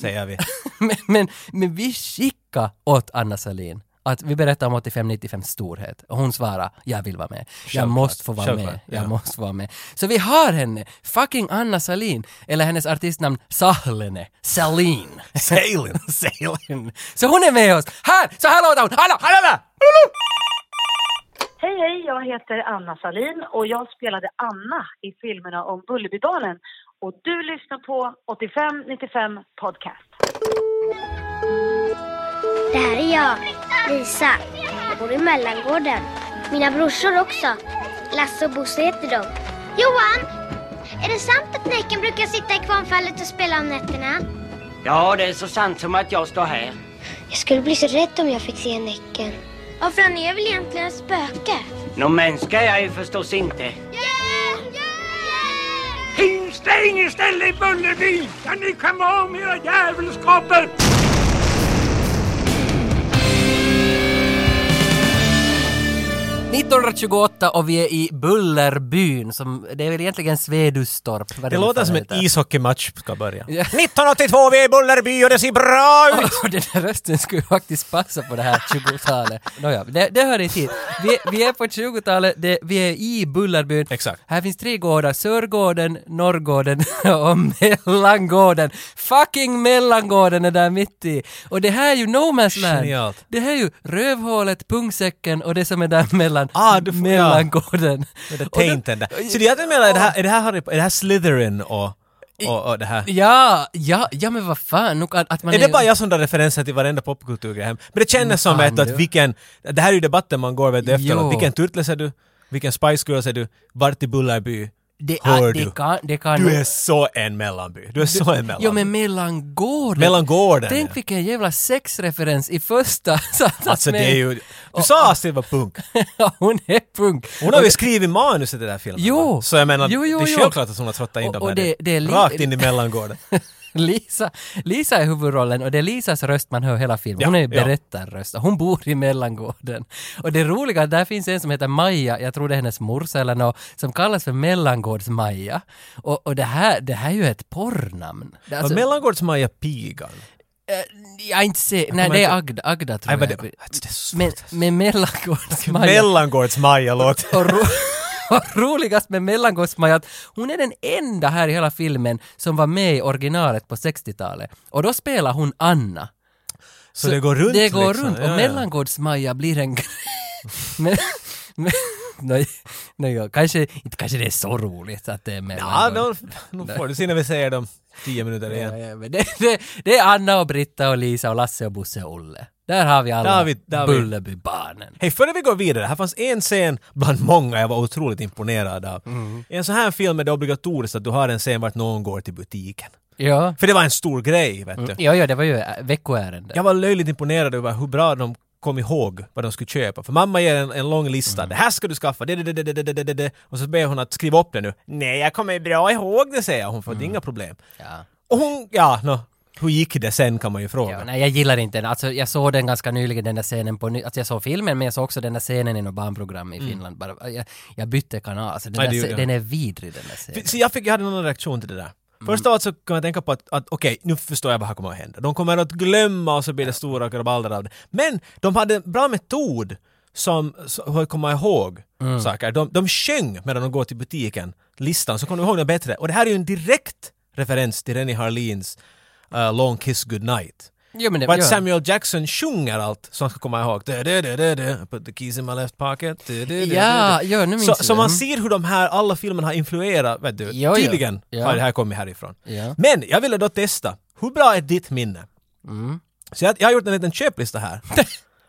B: säger vi.
A: men, men, men vi skickade åt Anna Salin att vi berättar om 85-95 storhet och hon svarar jag vill vara med. Jag
B: Självklart,
A: måste få vara med.
B: självklart,
A: Jag
B: ja.
A: måste vara med. Så vi har henne, fucking Anna Salin, eller hennes artistnamn Sahlene, Salin.
B: Salin.
A: Salin. Så hon är med oss. Här, så här låter hon. Hallå, hallå, hallå!
D: Hej, hej! Jag heter Anna Salin och jag spelade Anna i filmerna om Bullerbybarnen. Och du lyssnar på 8595 Podcast.
E: Det här är jag, Lisa. Jag bor i Mellangården. Mina brorsor också. Lasse och Bosse heter de. Johan! Är det sant att Näcken brukar sitta i kvarnfallet och spela om nätterna?
F: Ja, det är så sant som att jag står här.
E: Jag skulle bli så rädd om jag fick se Näcken. Varför han är väl egentligen ett spöke?
F: Någon människa är jag ju förstås inte.
E: Yeah! Yeah!
F: Hej!
G: Stäng istället Bullerby, kan ni komma om era djävulskaper!
A: det. 1928 och vi är i Bullerbyn som, det är väl egentligen Svedustorp. vad
B: Det
A: nu
B: låter
A: fan
B: som en
A: heter.
B: ishockeymatch ska börja.
A: Ja.
B: 1982, vi är i Bullerby och det ser bra ut!
A: Och den där rösten skulle ju faktiskt passa på det här 20-talet. Nåja, det, det hör inte hit. Vi, vi är på 20-talet, det, vi är i Bullerbyn.
B: Exakt.
A: Här finns tre gårdar, Sörgården, Norrgården och Mellangården. Fucking Mellangården är där mitt i. Och det här är ju No Man's Land.
B: Genialt.
A: Det här är ju rövhålet, pungsäcken och det som är där mellan
B: Ah, du får- ja.
A: Mellangården.
B: Med
A: Och då-
B: tainten där. Så det jag menar, är det här, är det här, Harry, är det här Slytherin och, och, och det här?
A: Ja, ja, ja men vad fan, nog att, att man
B: Är det bara jag som drar referenser till varenda popkulturgrej hem? Men det känns som
A: fan,
B: vet, du,
A: du.
B: att vilken... Det här är ju debatten man går vet, du,
A: Mm, Jo.
B: efteråt. Vilken Turtles är du? Vilken Spice Girls är du? Vart i Bullerby
A: det,
B: hör
A: ah,
B: du?
A: det kan, det kan nog-
B: Du är så en mellanby. Du är så en mellanby.
A: Jo men mellangården.
B: Mellangården,
A: Tänk
B: ja.
A: vilken jävla sexreferens i första satans
B: alltså det är ju... Du
A: Och-
B: sa att det var punk.
A: Ja, hon är punk.
B: Hon har ju skrivit manuset i den här filmen.
A: Jo.
B: va? Så jag menar,
A: Jo, jo,
B: det är
A: jo.
B: självklart att hon har trottat in
A: Och-
B: dem
A: och
B: här.
A: det- det är li-
B: Rakt in i mellangården.
A: Lisa, Lisa är huvudrollen och det är Lisas röst man hör hela filmen.
B: Ja,
A: Hon är ju
B: ja.
A: berättarröst. Hon bor i mellangården. Och det roliga är att där finns en som heter Maja, jag tror det är hennes morsa eller något, som kallas för mellangårds-Maja. Och, och det, här, det här är ju ett porrnamn. Det är Alltså,
B: Alltså, Mellangårdsmaja pigan.
A: eh, jag har inte sett, nej
B: kommer
A: det är
B: inte-
A: Agda, Agda tror
B: Nej, men det, alltså,
A: jag.
B: det är så-
A: Men, men mellangårds-Maja.
B: Mellangårdsmaja låter...
A: Och, ro- och roligast med Mellangårdsmaja är att hon är den enda här i hela filmen som var med i originalet på 60-talet. Och då spelar hon Anna.
B: Så, det går runt
A: Det går
B: liksom.
A: runt och
B: Ja, ja.
A: Mellangårdsmaja blir en grej. men, men, nej, nej, ja, kanske, inte kanske det är så roligt att det är
B: Ja,
A: Mellangård.
B: då, nu får du se när vi säger dem tio minuter
A: Ja,
B: igen.
A: ja, men det, det, det är Anna och Britta och Lisa och Lasse och Bosse och Olle. Där har vi
B: Där
A: alla
B: har vi- där har vi-
A: Bullerbybarnen.
B: Hej, före vi går vidare, här fanns en scen bland många jag var otroligt imponerad av.
A: Mm.
B: I en sån här film är det obligatoriskt att du har en scen vart någon går till butiken.
A: Ja.
B: För det var en stor grej, vet du.
A: Ja, ja, det var ju äh, veckoärende.
B: Jag var löjligt imponerad över hur bra de kom ihåg vad de skulle köpa. För mamma ger en, en lång
A: Mm.
B: lista. Det här ska du skaffa, det, det, det, det, det, det, det, det. Och så ber hon att skriva upp det nu. Nej, jag kommer bra ihåg det, säger hon, för
A: Mm.
B: det är inga problem.
A: Ja.
B: Och hon, ja, nå, hur gick det sen kan man ju fråga.
A: Ja, nej, jag gillar inte den. Alltså, jag såg den ganska nyligen, den där scenen på ny- Alltså jag såg filmen, men jag såg också den där scenen i något barnprogram i Finland. Bara, jag, jag bytte kanal. Alltså, den,
B: Mm. Nej,
A: där,
B: det
A: se-
B: gjorde jag.
A: den är vidrig, den där scenen.
B: F- Så jag, fick, jag hade någon reaktion till det där.
A: Mm.
B: Först av allt så kan jag tänka på att, att okej, nu förstår jag vad här kommer att hända. De kommer att glömma och så blir det stora krabalder av det. Men de hade en bra metod som, som att komma ihåg
A: Mm.
B: saker. De, de sjöng medan de går till butiken, listan, så kommer de ihåg den bättre. Och det här är ju en direkt referens till Rennie Harlins eh, Long Kiss Goodnight.
A: Jo, men det,
B: Vad
A: ja.
B: Samuel Jackson sjunger allt som man ska komma ihåg. Du, du, du, du, du. I Put the keys in my left pocket. Du, du, du, du,
A: Ja,
B: du.
A: ja, nu minns
B: så,
A: jag
B: så
A: det.
B: man
A: Mm.
B: ser hur de här, alla filmerna har influerat, vet du.
A: Ja, ja.
B: Tydligen
A: Ja.
B: har det här kommit härifrån.
A: Ja.
B: Men jag ville då testa, hur bra är ditt minne?
A: Mm.
B: Så jag, jag har gjort en liten köplista här.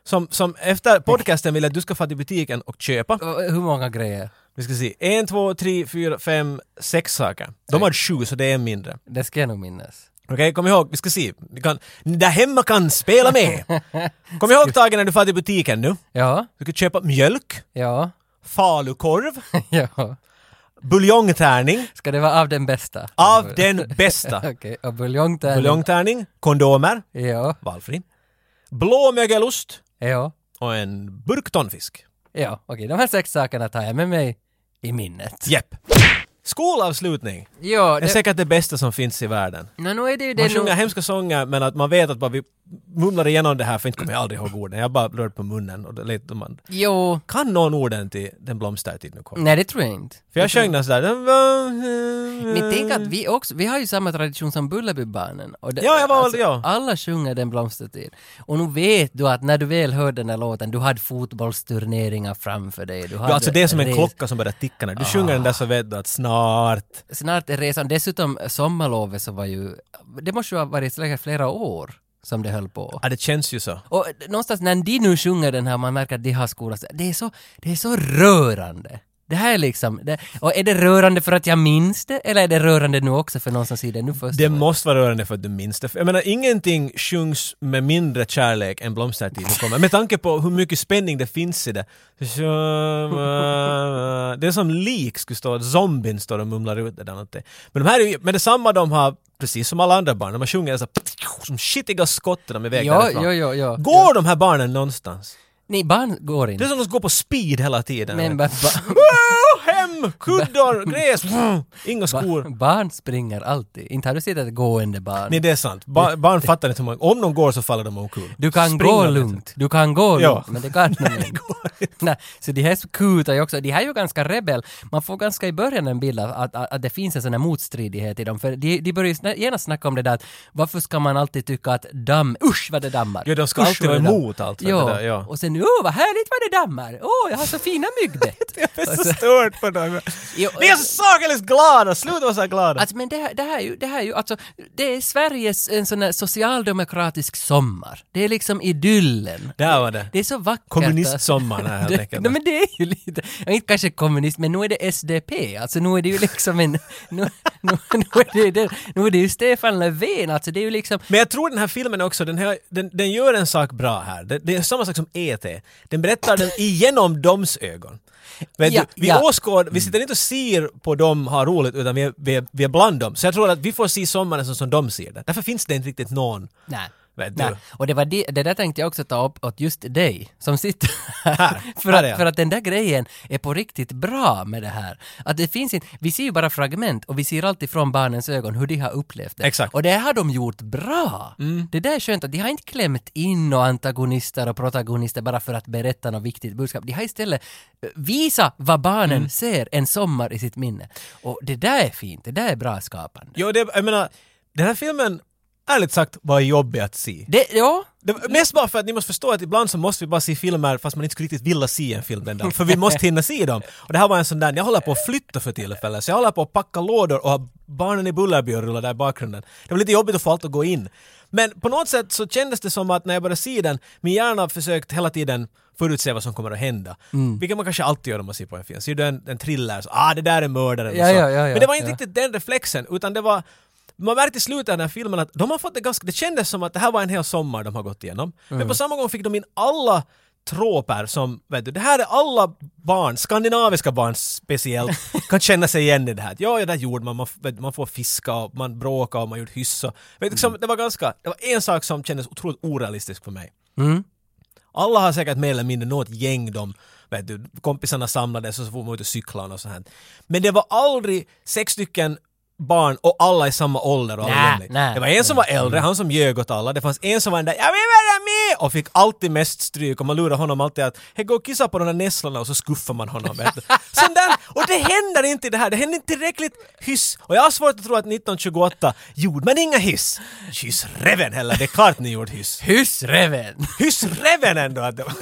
B: som, som efter podcasten vill jag att du ska få till butiken och köpa.
A: Och Hur många grejer?
B: Vi ska se, en, två, tre, fyra, fem, sex saker. De har sju, så det är en mindre.
A: Det ska jag nog minnas.
B: Okej, kom ihåg, vi ska se. Ni kan, ni där hemma kan spela med! Kom ihåg Tage när du far till butiken nu.
A: Ja,
B: Du kan köpa mjölk,
A: ja,
B: falukorv,
A: ja.
B: buljongtärning
A: Ska det vara av den bästa?
B: av den bästa.
A: Okej, och buljongtärning?
B: Buljongtärning, kondomer,
A: Ja,
B: valfri, blå mögelost
A: ja,
B: och en burk tonfisk.
A: ja. Okej, de här sex sakerna tar jag med mig i minnet.
B: Jepp. Skolavslutning
A: Ja,
B: är
A: det,
B: säkert det bästa som finns i världen.
A: no, nu är det ju
B: Man
A: det nog.
B: sjunger hemska sånger men att man vet att bara vi mumlar igenom det här för inte kommer jag aldrig ihåg orden. Jag bara rör på munnen och det lät om man
A: Jo,
B: Kan någon orden till Den blomstertid nu kommer?
A: nej det tror jag inte.
B: För jag sjöng den sådär...
A: Men tänk att vi också, vi har ju samma tradition som Bullerbybarnen. Och det-
B: Mm.
A: alltså,
B: Ja, jag var väl- ja.
A: Alla sjunger Den blomstertid. Och nu vet du att när du väl hör den där låten, du hade fotbollsturneringar framför dig. Du
B: Du,
A: hade Ah.
B: alltså det är som en
A: res-
B: klocka som börjar ticka när du sjunger den där så vet du att snart...
A: Snart är resan, dessutom sommarlovet så var ju, det måste ju ha varit säkert flera år som det höll på.
B: Ja, det känns ju så.
A: Och någonstans när de nu sjunger den här, man märker att de har skolat sig. det är så, det är så rörande. Det här är liksom, det, och är det rörande för att jag minns det eller är det rörande nu också för någon som ser det nu först?
B: Det måste vara rörande för att du minns det. Jag menar, ingenting sjungs med mindre kärlek än Blomstertid nu kommer. Med tanke på hur mycket spänning det finns i det. Det är som lik skulle stå, zombien står och mumlar ut det där någonting. Men de här är ju, med detsamma de har, precis som alla andra barn, de har sjungit så här, som skitiga skott när de är iväg
A: ja,
B: därifrån.
A: ja, ja, ja.
B: Går de här barnen någonstans?
A: Nej, barn går
B: Det är
A: inte.
B: som att de går på speed hela tiden.
A: Men ba, ba,
B: Wow, hem! Kuddar, gräs, inga skor.
A: ba, barn springer alltid. Inte har du sett ett gående barn?
B: Nej, det är sant. Ba- barn fattar inte hur man... Om de går så faller de omkull.
A: Du kan
B: Springer
A: gå
B: lite.
A: lugnt, du kan gå
B: Ja.
A: lugnt, men det kan man inte. Nej, så de här skutar ju också, de här är ju ganska rebel. Man får ganska i början en bild av att, att, att det finns en sån här motstridighet i dem, för de, de börjar ju sna- genast snacka om det där att varför ska man alltid tycka att damm, usch vad det dammar.
B: Ja, de ska
A: Usch,
B: alltid
A: vad
B: vara
A: det dammar."
B: emot allt, vet du
A: Ja.
B: det, ja.
A: och sen åh vad härligt vad det dammar, åh jag har så fina myggbett.
B: Jag är så störd på dem.
A: Jo,
B: Ni är så sakelöst glada! Sluta vara så här glada!
A: Alltså, men det här, det här är ju, det här är ju alltså, det är Sveriges en sån här socialdemokratisk sommar. Det är liksom idyllen.
B: Där var det.
A: Det är så vackert.
B: Kommunistsommaren här, helt
A: Det-
B: enkelt.
A: Nej, men det är ju lite, ja, inte kanske kommunist, men nu är det SDP, alltså nu är det ju liksom en, nu, nu, nu, är, det, det, nu är det ju Stefan Löfven, alltså det är ju liksom,
B: Men jag tror den här filmen också, den, här, den, den gör en sak bra här. Det, det är samma sak som E.T. Den berättar den igenom doms ögon. Vet
A: Ja,
B: du, vi
A: ja.
B: åskåd, vi sitter inte och ser på dem ha roligt utan vi är, vi, är, vi är bland dem. Så jag tror att vi får se sommaren som, som de ser det. Därför finns det inte riktigt någon.
A: nej.
B: Vet
A: Nej.
B: du?
A: Och det, var det, det där tänkte jag också ta upp åt just dig som sitter här.
B: Här,
A: för,
B: här är jag.
A: att, för att den där grejen är på riktigt bra med det här. Att det finns inte, vi ser ju bara fragment och vi ser alltid från barnens ögon hur de har upplevt det.
B: Exakt.
A: Och det har de gjort bra. Det där är skönt att de har inte klämt in några antagonister och protagonister bara för att berätta något viktigt budskap. De har istället eh, visat vad barnen ser en sommar i sitt minne. Och det där är fint, det där är bra skapande.
B: Jo, det, jag menar, den här filmen, ärligt sagt, var jobbig att se.
A: Det, ja,
B: Det var mest bara för att ni måste förstå att ibland så måste vi bara se filmer fast man inte skulle riktigt vilja se en film den dagen. För vi måste hinna se dem. Och det här var en sån där, jag håller på att flytta för tillfället. Så jag håller på att packa lådor och ha barnen i Bullerby och rulla där i bakgrunden. Det var lite jobbigt att få allt att gå in. Men på något sätt så kändes det som att när jag började se den, min hjärna har försökt hela tiden förutse vad som kommer att hända.
A: Mm.
B: Vilket man kanske alltid gör om man ser på en film. Ser du en, en thriller så ah det där är mördaren
A: Ja,
B: och så.
A: ja, ja, ja,
B: Men det var inte
A: ja.
B: riktigt den reflexen utan det var man märkte i slutet av den här filmen att de har fått det ganska, det kändes som att det här var en hel sommar de har gått igenom. Men på samma gång fick de in alla tråpar som, vet du, det här är alla barn, skandinaviska barn speciellt, kan känna sig igen i det här. Ja, ja, där gjorde man, man, f- vet du, man får fiska och man bråkar och man gjorde hyss och, vet du, som, det var ganska, det var en sak som kändes otroligt orealistisk för mig. Alla har säkert mer eller mindre något gäng de vet du, kompisarna samlades och så får man ut och cykla och sånt. här. Men det var aldrig sex stycken barn och alla i samma ålder och alla
A: Nä,
B: jämlik.
A: nä.
B: Det var en som var äldre, han som ljög åt alla. Det fanns en som var den där ”Jag vill vara med!” och fick alltid mest stryk och man lurade honom alltid att ”Hej, gå och kissa på de där nässlorna” och så skuffar man honom. vet du. Sån där, och det händer inte i det här, det händer inte tillräckligt hyss. Och jag har svårt att tro att 1928 gjorde man inga hyss. Kyss reven heller, det är klart ni gjorde hyss.
A: husreven!
B: Hyss reven ändå! Att det var.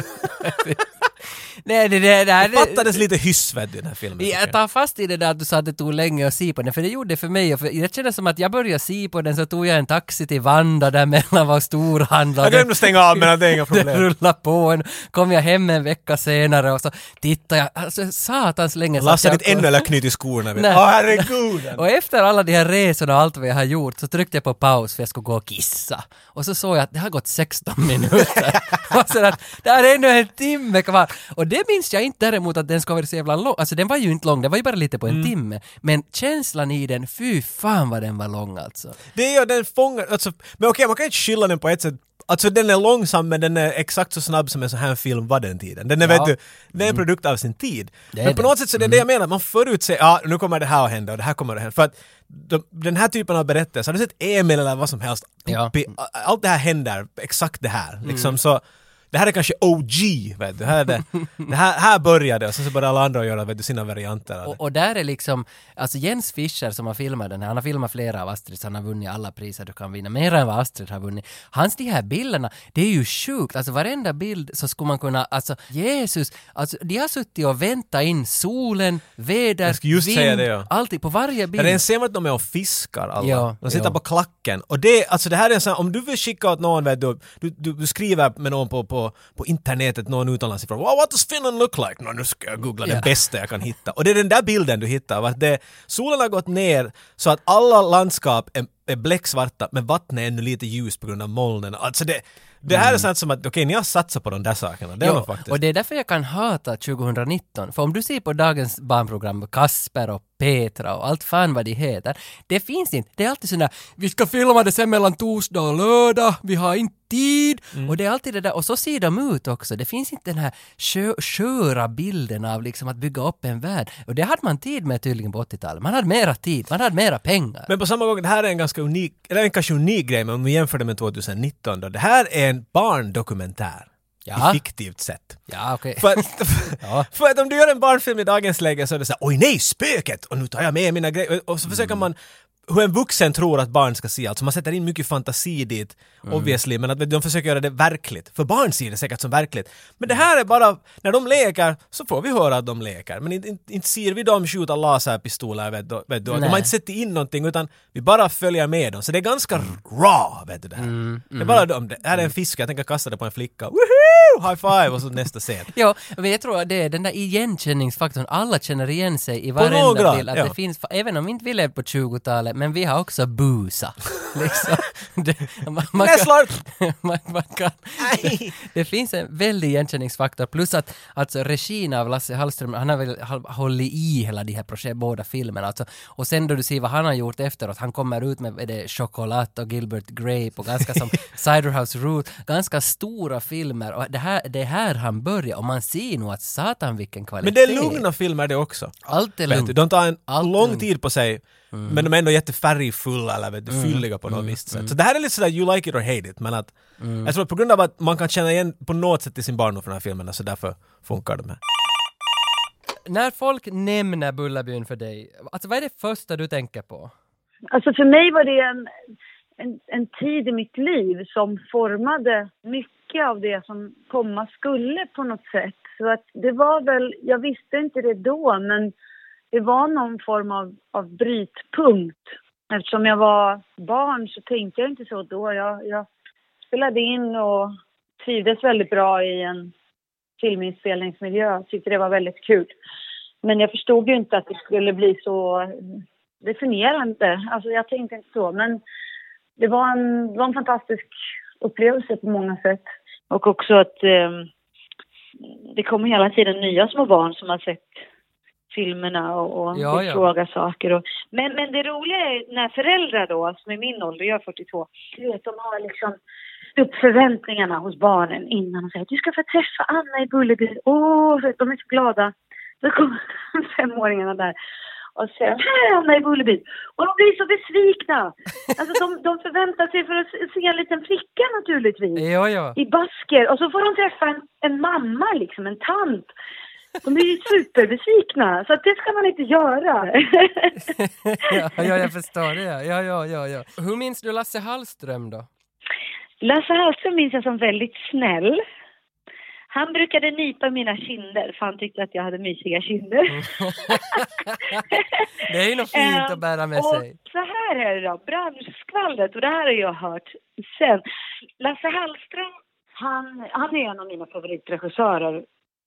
A: Nej, det, det, det, här-
B: Det fattades lite hyss vet du, i den här filmen.
A: Jag tar fast i det där att du sa att det tog länge att se på den, för det gjorde det för mig. Och för jag känner som att jag började se på den så tog jag en taxi till Vanda där mellan var storhandlare.
B: Jag glömde stänga av men det är inga
A: Det
B: problem.
A: rullade på en. Kom jag hem en vecka senare och så tittade jag. Alltså satans länge satt
B: Lasse
A: jag
B: hade inte
A: och-
B: ännu eller knyt i skorna. vet du.
A: Nej.
B: Åh herregud!
A: Och efter alla de här resorna och allt vad jag har gjort så tryckte jag på paus för jag skulle gå och kissa. Och så såg jag att det har gått 16 minuter. och så att det är ännu en timme kvar. Och det minns jag inte däremot att den ska vara så jävla lång. Alltså den var ju inte lång, den var ju bara lite på en
B: Mm.
A: timme. Men känslan i den, fy fan vad den var lång alltså.
B: Det är ju den fångar, alltså, men okej man kan inte skylla den på ett sätt. Alltså den är långsam men den är exakt så snabb som en sån här film var den tiden. Den är,
A: Ja.
B: vet du, den är en produkt av sin tid.
A: är
B: Men på
A: det. Mm.
B: något sätt så det är det jag menar, man förutser ja nu kommer det här att hända och det här kommer att hända. För att de, den här typen av berättelser, har du sett Emil eller vad som helst,
A: Ja. Mm.
B: Pippi, a- allt det här händer, exakt det här. Liksom, så, det här är kanske OG, vet du. Här, är det, det här, här började och sen så började alla andra göra vet du, sina varianter. av det.
A: Och, och där är liksom, alltså Jens Fischer som har filmat den här, han har filmat flera av Astrids, han har vunnit alla priser du kan vinna, mer än vad Astrid har vunnit. Hans de här bilderna, det är ju sjukt, alltså varenda bild så skulle man kunna, alltså Jesus, alltså de har suttit och väntat in solen, väder,
B: Jag skulle just
A: vind,
B: säga det, ja.
A: alltid på varje
B: Ja,
A: bild.
B: det är en scen att de är och fiskar alla.
A: Ja,
B: de sitter
A: ja.
B: på klacken. Och det, alltså det här är en sån, om du vill skicka åt någon, vet du, du, du, du skriver med någon på, på på, på internetet någon utomlands ifrån. Wow, what does Finland look like? Nå, nu ska jag googla
A: Ja.
B: den bästa jag kan hitta. Och det är den där bilden du hittar. av Att det, solen har gått ner så att alla landskap är, är bläcksvarta men vattnet är ännu lite ljus på grund av molnen. Alltså det, det här är sånt som att okej, ni har satsat på de där sakerna. Det har
A: Jo,
B: de faktiskt.
A: Mm. och det är därför jag kan hata 2019. För om du ser på dagens barnprogram, Kasper och Petra och allt fan vad de heter. Det finns inte. Det är alltid sådana vi ska filma det sen mellan torsdag och lördag, vi har inte tid.
B: Mm.
A: Och det är alltid det där, och så ser de ut också. Det finns inte den här skö- sköra bilden av liksom att bygga upp en värld. Och det hade man tid med tydligen på 80-talet. Man hade mera tid, man hade mera pengar.
B: Men på samma gång, det här är en ganska unik, eller en kanske unik grej, men om vi jämför det med 2019 då. Det här är en barndokumentär.
A: Ja.
B: I fiktivt sätt.
A: ja, okej.
B: För att, för att om du gör en barnfilm i dagens läge så är det så här, oj nej, spöket! Och nu tar jag med mina grejer. Och så försöker man hur en vuxen tror att barn ska se, alltså man sätter in mycket fantasi dit, obviously, men att de försöker göra det verkligt. För barn ser det säkert som verkligt. Men det här är bara, när de leker så får vi höra att de leker, men inte, inte, inte ser vi dem skjuta laserpistoler, vet du, vet du. de har
A: Nej.
B: inte sett in någonting utan vi bara följer med dem. Så det är ganska raw, vet du det här. Det är bara de, det här är en fisk, jag tänker kasta det på en flicka, woohoo, high five, och så nästa scen.
A: Ja, men jag tror att det är den där igenkänningsfaktorn. Alla känner igen sig i varenda
B: någon grad,
A: bild. Att
B: ja.
A: det finns, även om vi inte vi levde på 20-talet, men vi har också busa. liksom. det, man, man
B: Nässlor!
A: man, man kan, det, det finns en väldig igenkänningsfaktor. Plus att alltså, regin av Lasse Hallström, han har väl hal- hållit i hela de här projek- båda filmerna. Alltså. Och sen då du ser vad han har gjort efteråt, han kommer ut med är det Chocolat och Gilbert Grape och ganska som Ciderhouse Root, ganska stora filmer. Och det här, det är här han börjar och man ser nog att satan vilken kvalitet.
B: Men det är lugna filmer det också.
A: Allt är
B: Vet du,
A: lugnt.
B: de tar en
A: Allt
B: lång
A: lugnt. Mm.
B: tid på sig, men de är ändå jättefärgfulla eller vet du, fylliga på något visst sätt. Så det här är lite sådär you like it or hate it, men att
A: Mm.
B: jag tror att på grund av att man kan känna igen på något sätt i sin barndom från de här filmerna så därför funkar de här.
A: När folk nämner Bullabyn för dig, alltså vad är det första du tänker på?
D: Alltså för mig var det en, en, en tid i mitt liv som formade mycket av det som komma skulle på något sätt. Så att det var väl, jag visste inte det då, men det var någon form av, av brytpunkt. Eftersom jag var barn så tänkte jag inte så då. Jag, jag spelade in och trivdes väldigt bra i en filminspelningsmiljö. Tyckte det var väldigt kul. Men jag förstod ju inte att det skulle bli så definierande. Alltså jag tänkte inte så, men det var en, det var en fantastisk upplevelse på många sätt. Och också att eh, det kommer hela tiden nya små barn som har sett filmerna och, och
A: Ja,
D: vill
A: ja.
D: fråga saker. Och, men, men det roliga är när föräldrar då, som är min ålder, jag är 42, du vet, de har liksom upp förväntningarna hos barnen innan och säger du ska få träffa Anna i Bullerby. Åh, oh, de är så glada. Då kommer femåringarna där och säger här är Anna i Bullerby. Och de blir så besvikna. Alltså de, de förväntar sig för att se- se en liten flicka naturligtvis
A: Jo, jo.
D: i basker och så får de träffa en, en mamma, liksom, en tant. De blir ju superbesvikna, så att det ska man inte göra.
A: ja, ja, jag förstår det. Ja, ja, ja, ja, ja. Hur minns du Lasse Hallström då?
D: Lasse Hallström minns jag som väldigt snäll. Han brukade nypa mina kinder, för han tyckte att jag hade mysiga kinder.
A: Det är ju något fint
D: Eh,
A: att bära med
D: och
A: sig.
D: Så här är det då, branschskvallret, och det här har jag hört sen. Lasse Hallström, han, han är en av mina favoritregissörer.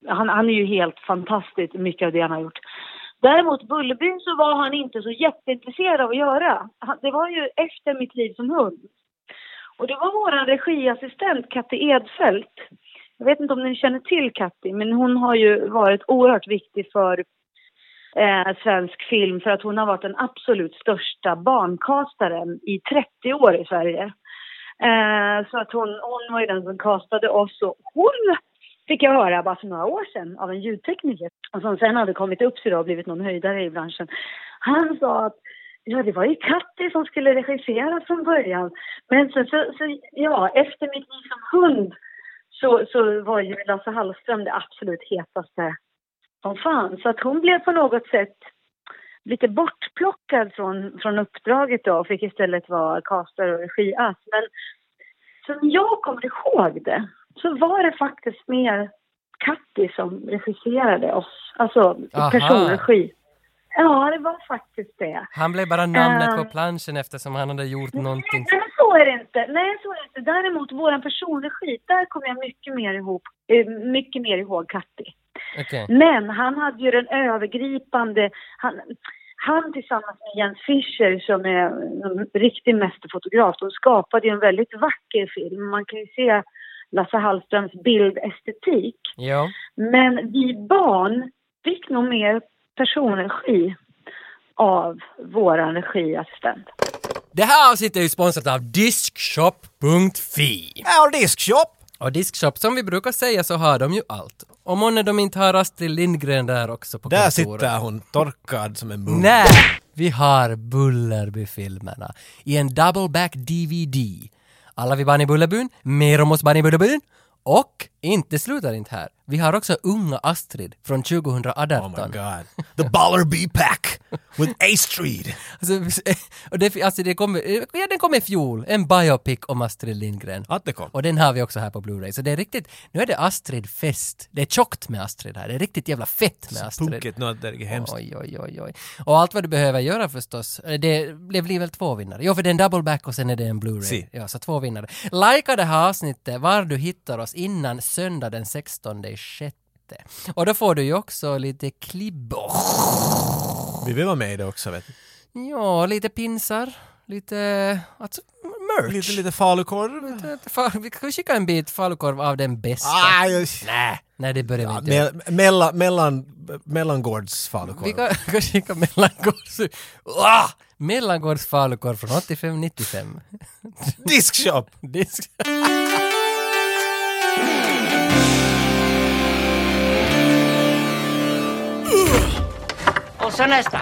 D: Han, han är ju helt fantastisk, mycket av det han har gjort. Däremot Bullerbyn så var han inte så jätteintresserad av att göra. Han, det var ju efter mitt liv som hund. Och det var vår regiassistent Katte Edfeldt. Jag vet inte om ni känner till Katti, men hon har ju varit oerhört viktig för eh, svensk film för att hon har varit den absolut största barnkastaren i 30 år i Sverige. Eh, så att hon, hon var ju den som kastade oss och hon fick jag höra bara för några år sedan av en ljudtekniker och som sen hade kommit upp sig då och blivit någon höjdare i branschen. Han sa att ja, det var ju Katti som skulle regissera från början. Men så, så, så ja, efter mitt liv som hund så, så var ju Lasse Hallström det absolut hetaste som fanns. Så att hon blev på något sätt lite bortplockad från, från uppdraget då och fick istället vara castare och regiass. Men som jag kommer ihåg det så var det faktiskt mer Katti som regisserade oss, alltså
A: Aha.
D: personregi. Ja, det var faktiskt det.
A: Han blev bara namnet
D: eh,
A: på planschen eftersom han hade gjort någonting.
D: Nej, men så så är det inte. Nej, så är det inte. Däremot våran personregi, där kommer jag mycket mer ihop, eh, mycket mer ihåg Katti.
A: Okej.
D: Men han hade ju den övergripande... Han, han tillsammans med Jens Fischer som är en riktig mästerfotograf, de skapade ju en väldigt vacker film. Man kan ju se Lasse Hallströms bildestetik.
A: Ja.
D: Men vi barn fick nog mer personregi av våran regiassistent.
A: Det här avsnittet är ju sponsrat av Diskshop.fi.
B: Ja, diskshop!
A: Och Diskshop, som vi brukar säga så har de ju allt. Och månne de inte har Astrid Lindgren där också på
B: Där
A: kontoret.
B: sitter hon torkad som en munk.
A: Nej! Vi har Bullerby-filmerna i en double back DVD. Alla vi barn i Bullerbyn, mer om oss barn i Bullerbyn. Och inte slutar inte här. Vi har också Unga Astrid från 2018.
B: Oh my god. The Ballerby Pack with A Street.
A: Alltså, och det, alltså det kom, ja, den kom i fjol, en biopic om Astrid Lindgren.
B: Att det kom.
A: Och den har vi också här på Blu-ray. Så det är riktigt, nu är det Astrid-fest. Det är tjockt med Astrid här. Det är riktigt jävla fett med Astrid.
B: Punkigt, något där är hemskt.
A: Oj, oj, oj, oj. Och allt vad du behöver göra förstås, eh, det det blir väl två vinnare? Jo, för det är en double back och sen är det en Blu-ray.
B: Si.
A: Ja, så två vinnare. Lajka det här avsnittet var du hittar oss innan söndag den 16 i sjätte. Och då får du ju också lite klibbor.
B: Vi vill vara med i det också vet du.
A: Ja, lite pinsar, lite... Alltså, merch.
B: Lite, lite falukorv.
A: Lite fa- Vi kan skicka en bit falukorv av den bästa.
B: Ah, jag-
A: Nej, nej det börjar vi
B: Ja,
A: inte göra.
B: me- mellan, mellan, mellangårds
A: Vi
B: falukorv.
A: kan, kan skicka mellangårds... Ah! Mellangårds falukorv från 85-95.
B: Diskshop!
A: Disk.
F: Och så nästa.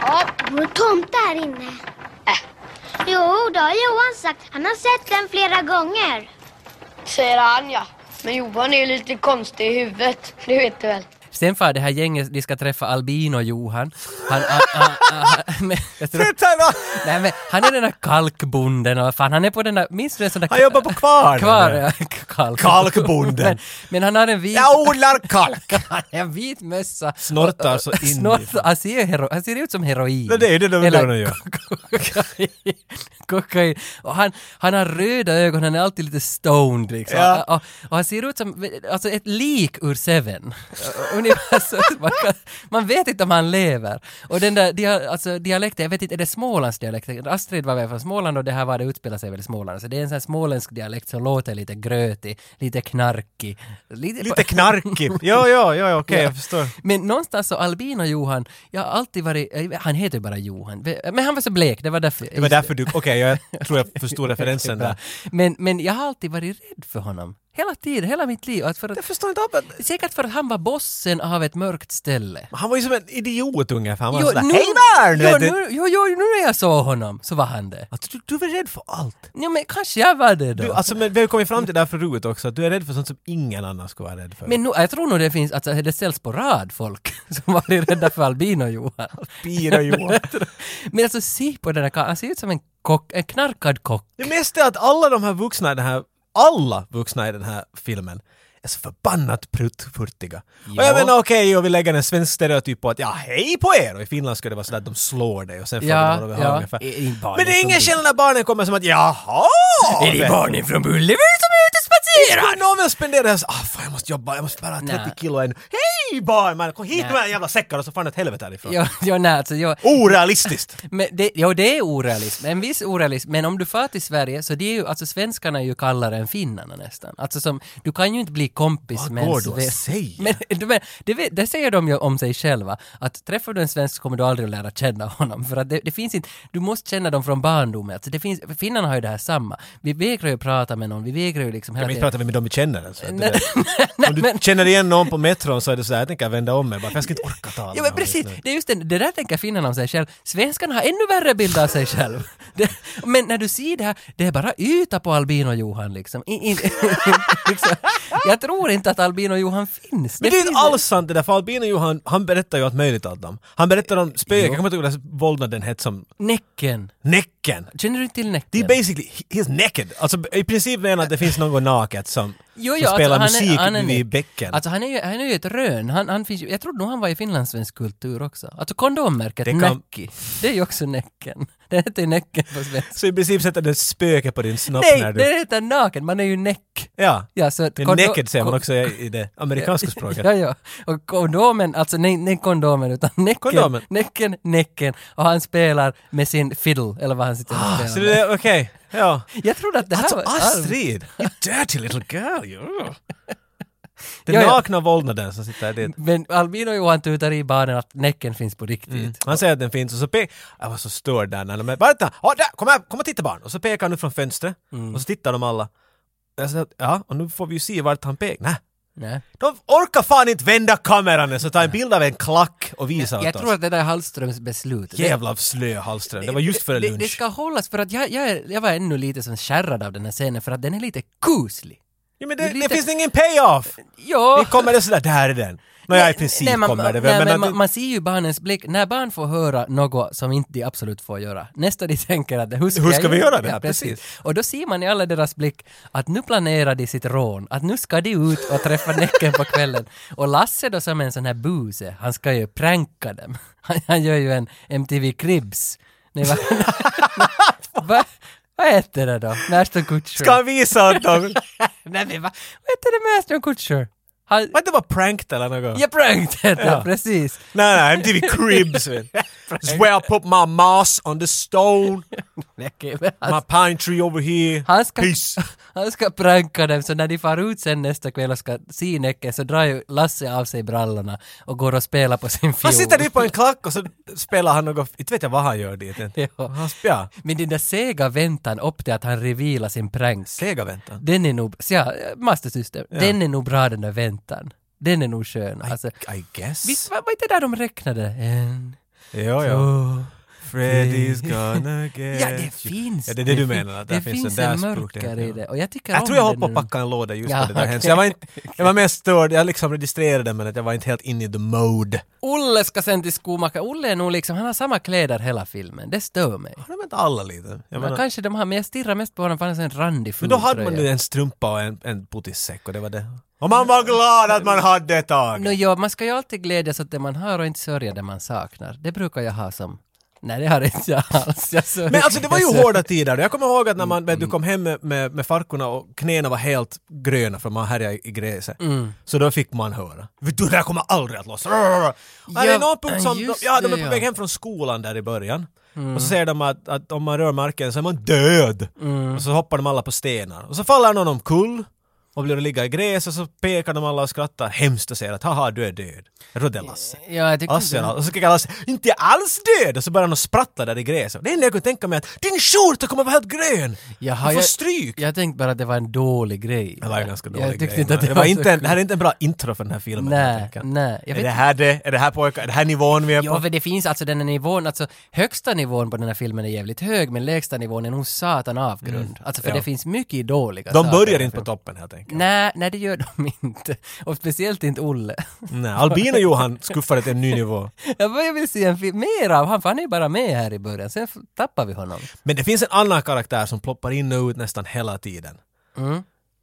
E: Ja, då är tomte här inne. Äh. Jo, det har Johan sagt. Han har sett den flera gånger.
H: Säger han ja. Men Johan är ju lite konstig i huvudet. Det vet du väl?
A: Sen far det här gänget, de ska träffa Albino-Johan. Han, han, han, han, men jag tror, nej, men han är den där kalkbonden, och fan, han är på den där, minns du en sån där...
B: Han jobbar på kvarnen.
A: Kvar, ja, kalk.
B: Kalkbonden.
A: Men, men han har en vit...
B: Jag odlar kalk!
A: Han har en vit mössa.
B: Snortar så in i-
A: Snortar, han ser, hero, han ser ut som heroin.
B: Men det är ju det de
A: Eller
B: undrar nu ju.
A: kokain. kokain. Och han, han har röda ögon, han är alltid lite stoned liksom.
B: Ja.
A: Och, och han ser ut som alltså ett lik ur Seven. Ungefär så. man, kan, man vet inte om han lever. Och den där dia, alltså, dialekten, jag vet inte, är det Smålands dialekt? Astrid var väl från Småland och det här var det utspelar sig väl i Småland. Så det är en sån här småländsk dialekt som låter lite grötig, lite knarkig.
B: Lite knarkig. Ja, ja, ja, ja, okej,
A: Ja.
B: jag förstår.
A: Men någonstans så Albino-Johan, jag har alltid varit, eh, han heter ju bara Johan, men han var så blek, det var därför.
B: Det var därför du, okej, jag tror jag förstod referensen där.
A: Men, men jag har alltid varit rädd för honom. Hela tiden, hela mitt liv. Att för att,
B: Jag förstår inte, men
A: säkert för att han var bossen av ett mörkt ställe.
B: han var ju som en idiot ungefär. Han var sådär, hej där!
A: jo,
B: vet du.
A: nu, jo, jo, nu när jag såg honom så var han det.
B: Alltså, du, du var rädd för allt.
A: Ja, men kanske jag var det då.
B: Du, alltså, men vi har ju kommit fram till det här förut också, att du är rädd för sånt som ingen annan skulle vara rädd för.
A: men nu, jag tror nog det finns, alltså det säljs på rad folk som varit rädda för Albino-Johan.
B: Pira Johan.
A: Men alltså se på den där karln, han ser ut som en kock, en knarkad kock.
B: Det mesta är att alla de här vuxna i den här, alla vuxna i den här filmen är så förbannat pruttfurtiga. Och
A: Ja.
B: jag menar okej, jag vill lägga en svensk stereotyp på att ja, hej på er! Och i Finland skulle det vara sådär att de slår dig och sen frågar
A: Ja,
B: de vad de vill
A: ja.
B: ha ungefär.
A: I- i barnen
B: Men det är ingen
A: från-
B: känsla när barnen kommer som att jaha!
A: Är det barnen från Bullerbyn som är ute och
B: Men
A: spatserar?
B: någon vill spendera det så, ah fan jag måste jobba, jag måste bära 30
A: Nej.
B: kilo ännu. Hej barnman, kom hit
A: Nej.
B: med era jävla säckar och så fan ett helvete härifrån.
A: Jo, jo, nej, alltså, jo,
B: Orealistiskt!
A: men det, jo, det är orealism, en viss orealism, men om du far till Sverige så det är ju, alltså svenskarna är ju kallare än finnarna nästan. Alltså som, du kan ju inte bli kompis
B: Vad
A: med en
B: går du och
A: svensk.
B: säger?
A: Men, du men det, vet- det säger de ju om sig själva, att träffar du en svensk så kommer du aldrig att lära känna honom, för att det, det finns inte, du måste känna dem från barndomen. Alltså det finns, finnarna har ju det här samma, vi vägrar ju prata med någon, vi vägrar ju liksom hela
B: Men inte
A: tiden.
B: pratar vi med dem vi känner alltså. Det
A: Nej,
B: där-
A: nej,
B: Om du
A: men-
B: känner igen någon på metron så är det sådär, jag tänker vända om mig bara för jag ska inte orka tala
A: Ja men
B: med honom just
A: precis,
B: nu.
A: det är just det, det där tänker finnarna om sig själv. Svenskarna har ännu värre bild av sig själv. Det, men när du ser det här, det är bara yta på Albino-Johan liksom. In, in, liksom. Jag tror inte att Albino-Johan finns.
B: Men det är inte
A: finns-
B: alls sant det där, för Albino Johan, han berättar ju allt möjligt om dem. Han berättar om spöken, jag kommer inte ihåg den här vålnaden hette som
A: Näcken.
B: Näcken.
A: Känner du inte till Näcken?
B: Det är basically, he- he's naked. Alltså i princip menar att det finns någon naket som, som spelar
A: alltså, han är-
B: musik
A: han är
B: vid
A: näck.
B: bäcken.
A: Alltså han är ju, han är ju ett rön. Han, han finns ju, jag trodde nog han var i finlandssvensk kultur också. Alltså kondommärket
B: Det kan-
A: Näcki, det är ju också Näcken. Den heter ju Näcken på svenska.
B: Så i princip sätter den spöke på din snopp när
A: Nej,
B: du...
A: den heter Naken, man är ju näck.
B: Ja.
A: Ja, så
B: Det är
A: kondo-
B: naked säger man
A: ko-
B: också i det amerikanska språket.
A: Ja, ja. Och kondomen, alltså nej, nej kondomen utan näcken,
B: Kondomen.
A: näcken, näcken. Och han spelar med sin fiddle, eller vad han sitter och spelar
B: Så
A: med.
B: det är okej. Ja.
A: Jag trodde att det här
B: Alltså
A: var...
B: Astrid! You dirty little girl you! Den
A: Ja, Mm. ja.
B: nakna vålnaden som sitter där dit.
A: Men Albino Johan tutar i barnen att näcken finns på riktigt.
B: Han Mm. säger att den finns och så pekar... Jag var så störd där när de... Vänta! Oh, där, kom här! Kom och titta barn! Och så pekar han ut från fönstret.
A: Mm.
B: Och så tittar de alla. Jag sa, ja, och nu får vi ju se vart han pekar. Nej.
A: Nej.
B: De orkar fan inte vända kameran ens och ta en bild av en klack och visa
A: Jag
B: åt
A: tror
B: oss.
A: att det där är Hallströms beslut. Det-
B: Jävla slö Hallström. Det var just före
A: det, det, det
B: lunch.
A: ska hållas för att jag, jag, är- jag var ännu lite som skärrad av den här scenen för att den är lite kuslig.
B: Ja, men
A: det
B: det,
A: är
B: det
A: lite-
B: finns ingen payoff!
A: Ja.
B: Ni kommer det sådär, där är den. Nåja, i princip
A: man,
B: kommer
A: nej,
B: det väl,
A: men,
B: men... att-
A: man, man ser ju barnens blick. När barn får höra något som inte de absolut får göra, nästa de tänker att hur ska,
B: Hur
A: jag
B: ska vi göra det här?
A: Ja, Och då ser man i alla deras blick att nu planerar de sitt rån, att nu ska de ut och träffa Näcken på kvällen. Och Lasse då som är en sån här buse, han ska ju pränka dem. Han, han gör ju en MTV Cribs. Nej, va, va, vad heter det då? Ashton Kutcher?
B: Ska han visa åt dem?
A: Nej, men va, vad heter det med Ashton Kutcher? Han,
B: Var det bara pranked eller något?
A: jag pränkt heter
B: Ja.
A: det, precis.
B: Nej, nej, MTV Cribs. vet du. That's where I put my moss on the stone,
A: Okej, men han-
B: my pine tree over here.
A: Han ska,
B: Peace.
A: han ska pranka dem, så när de far ut sen nästa kväll och ska se Näcken så drar ju Lasse av sig brallorna och går och spelar på sin fiol.
B: Han sitter dit på en klack och så spelar han något, inte vet jag vad han gör dit. inte.
A: Ja.
B: Han spelar
A: Men den där sega väntan upp till att han revilar sin prank,
B: Sega väntan.
A: den är nog, ja, Master System, den är nog bra den där väntan. Den är nog skön. Alltså,
B: I guess.
A: visst var, var inte där de räknade? En,
B: Ja, ja.
A: två,
B: Freddy's gonna get
A: Ja, det
B: you.
A: finns!
B: Eh, Ja, det är det du
A: fin-
B: menar. Att
A: det finns,
B: där
A: en
B: språk
A: mörker
B: där,
A: i
B: ja.
A: det. Och jag tycker
B: Jag
A: om
B: tror jag
A: den
B: hoppade
A: nu.
B: och packade en låda just
A: Ja,
B: när det där hände. Så
A: okej.
B: jag var, inte, jag var mer störd, jag liksom registrerade men att jag var inte helt in i the mode.
A: Olle ska sen till skomakaren. Olle är nog liksom, han har samma kläder hela filmen. Det stör mig.
B: Har de inte alla lite? Jag
A: Men
B: menar,
A: kanske de har, men jag stirrar mest på honom för han har en randig
B: men då hade man ju en strumpa och en, en putissäck och det var det. Och man var glad att man hade ett tag!
A: No, ja, man ska ju alltid glädjas åt det man har och inte sörja det man saknar. Det brukar jag ha som... Nej, det har inte jag alls. Jag sörjer-
B: Men alltså det var
A: jag
B: ju
A: sörjer-
B: hårda tider. Jag kommer ihåg att när man, vet du kom hem med, med, med farkorna och knäna var helt gröna för man härjade i gräset.
A: Mm.
B: Så då fick man höra. "Vet Du, det här kommer aldrig att lossa. Ja, det är någon punkt som, de,
A: äh, just
B: ja, de
A: det, ja.
B: är
A: Mm.
B: på väg hem från skolan där i början. Och så säger de att, att om man rör marken så är man död.
A: Mm.
B: Och så hoppar de alla på stenar. Och så faller någon omkull och blir att ligga i gräset och så pekar de alla och skrattar hemskt och säger att haha du är död. Jag tror det är Lasse.
A: Ja, jag tycker
B: Lasse, och Alltså, så skriker Lasse “Inte alls död!” och så börjar han att sprattla där i gräset. Det enda jag kunde tänka mig är att “Din skjorta kommer vara helt grön!
A: Jaha,
B: du får
A: jag-
B: stryk!”
A: Jag tänkte bara att det var en dålig grej.
B: Det var en ganska dålig
A: jag tyckte
B: grej.
A: Inte att det,
B: det, var
A: så
B: inte en,
A: kul.
B: det här är inte en bra intro för den här filmen.
A: Nej,
B: jag tänker.
A: nej, jag
B: är,
A: vet
B: det här det, är det här pojkar, är det här nivån vi är
A: Ja,
B: på?
A: för det finns alltså den här nivån, alltså högsta nivån på den här filmen är jävligt hög, men lägsta nivån är nog satan avgrund. Alltså för
B: Mm. ja.
A: det finns mycket dåliga
B: De
A: saker i
B: börjar
A: den
B: inte på
A: filmen.
B: toppen helt enkelt.
A: Nej, nej det gör de inte. Och speciellt inte Olle.
B: Nej, Albin och Johan skuffade till en ny nivå.
A: Jag bara, jag vill se en film, mer av han, för han är ju bara med här i början, sen f- tappar vi honom.
B: Men det finns en annan karaktär som ploppar in och ut nästan hela tiden.
A: Mm.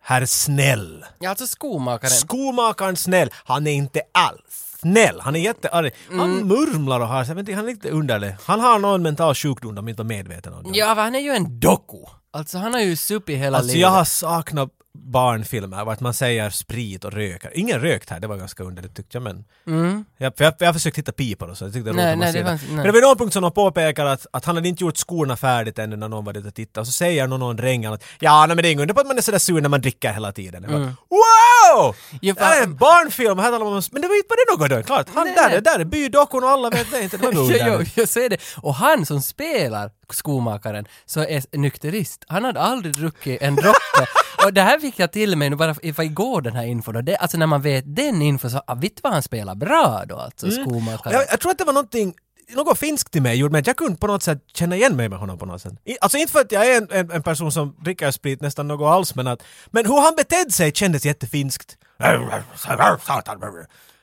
B: Herr Snäll.
A: Ja, alltså skomakaren.
B: Skomakaren snäll, han är inte alls snäll. Han är jättearg. Han murmlar och har, jag vet inte, han är lite underlig. Han har någon mental sjukdom de inte var medvetna om.
A: ja, för han är ju en doku. Alltså han har ju supit hela
B: Alltså jag
A: livet.
B: har saknat barnfilmer vart man säger sprit och röker. Ingen rökt här, det var ganska underligt tyckte jag men... Jag, för jag, jag försökte hitta pipor och så, jag tyckte det var
A: Mm. Nej,
B: roligt att man
A: nej, det
B: ser det.
A: fanns- nej.
B: Men det var någon punkt som de påpekar att, att han hade inte gjort skorna färdigt ännu när någon var där och tittade. Och så säger någon, någon dräng att ja, nej, men det är inget under på att man är sådär sur när man dricker hela tiden. Jag Bara, wow!
A: Mm. Ja,
B: det här är
A: fan-
B: en barnfilm, här talar man om... Men det var inte var det något då, klart. Han,
A: Nej,
B: där,
A: nej.
B: där är bydockon och alla vet det inte. Det var nog
A: Ja, jag,
B: underligt.
A: jag ser det. Och han som spelar skomakaren så är nykterist. Han hade aldrig druckit en droppe. och det här fick jag till mig nu bara för för igår den här infon. Och det, alltså när man vet den infon så, ah, vet du vad han spelar bra då alltså, skomakaren?
B: Jag, jag tror att det var någonting något finskt i mig gjorde mig att jag kunde på något sätt känna igen mig med honom på något sätt. I, alltså inte för att jag är en, en, en person som dricker sprit nästan något alls men att, men hur han betedde sig kändes jättefinskt.
A: Mm.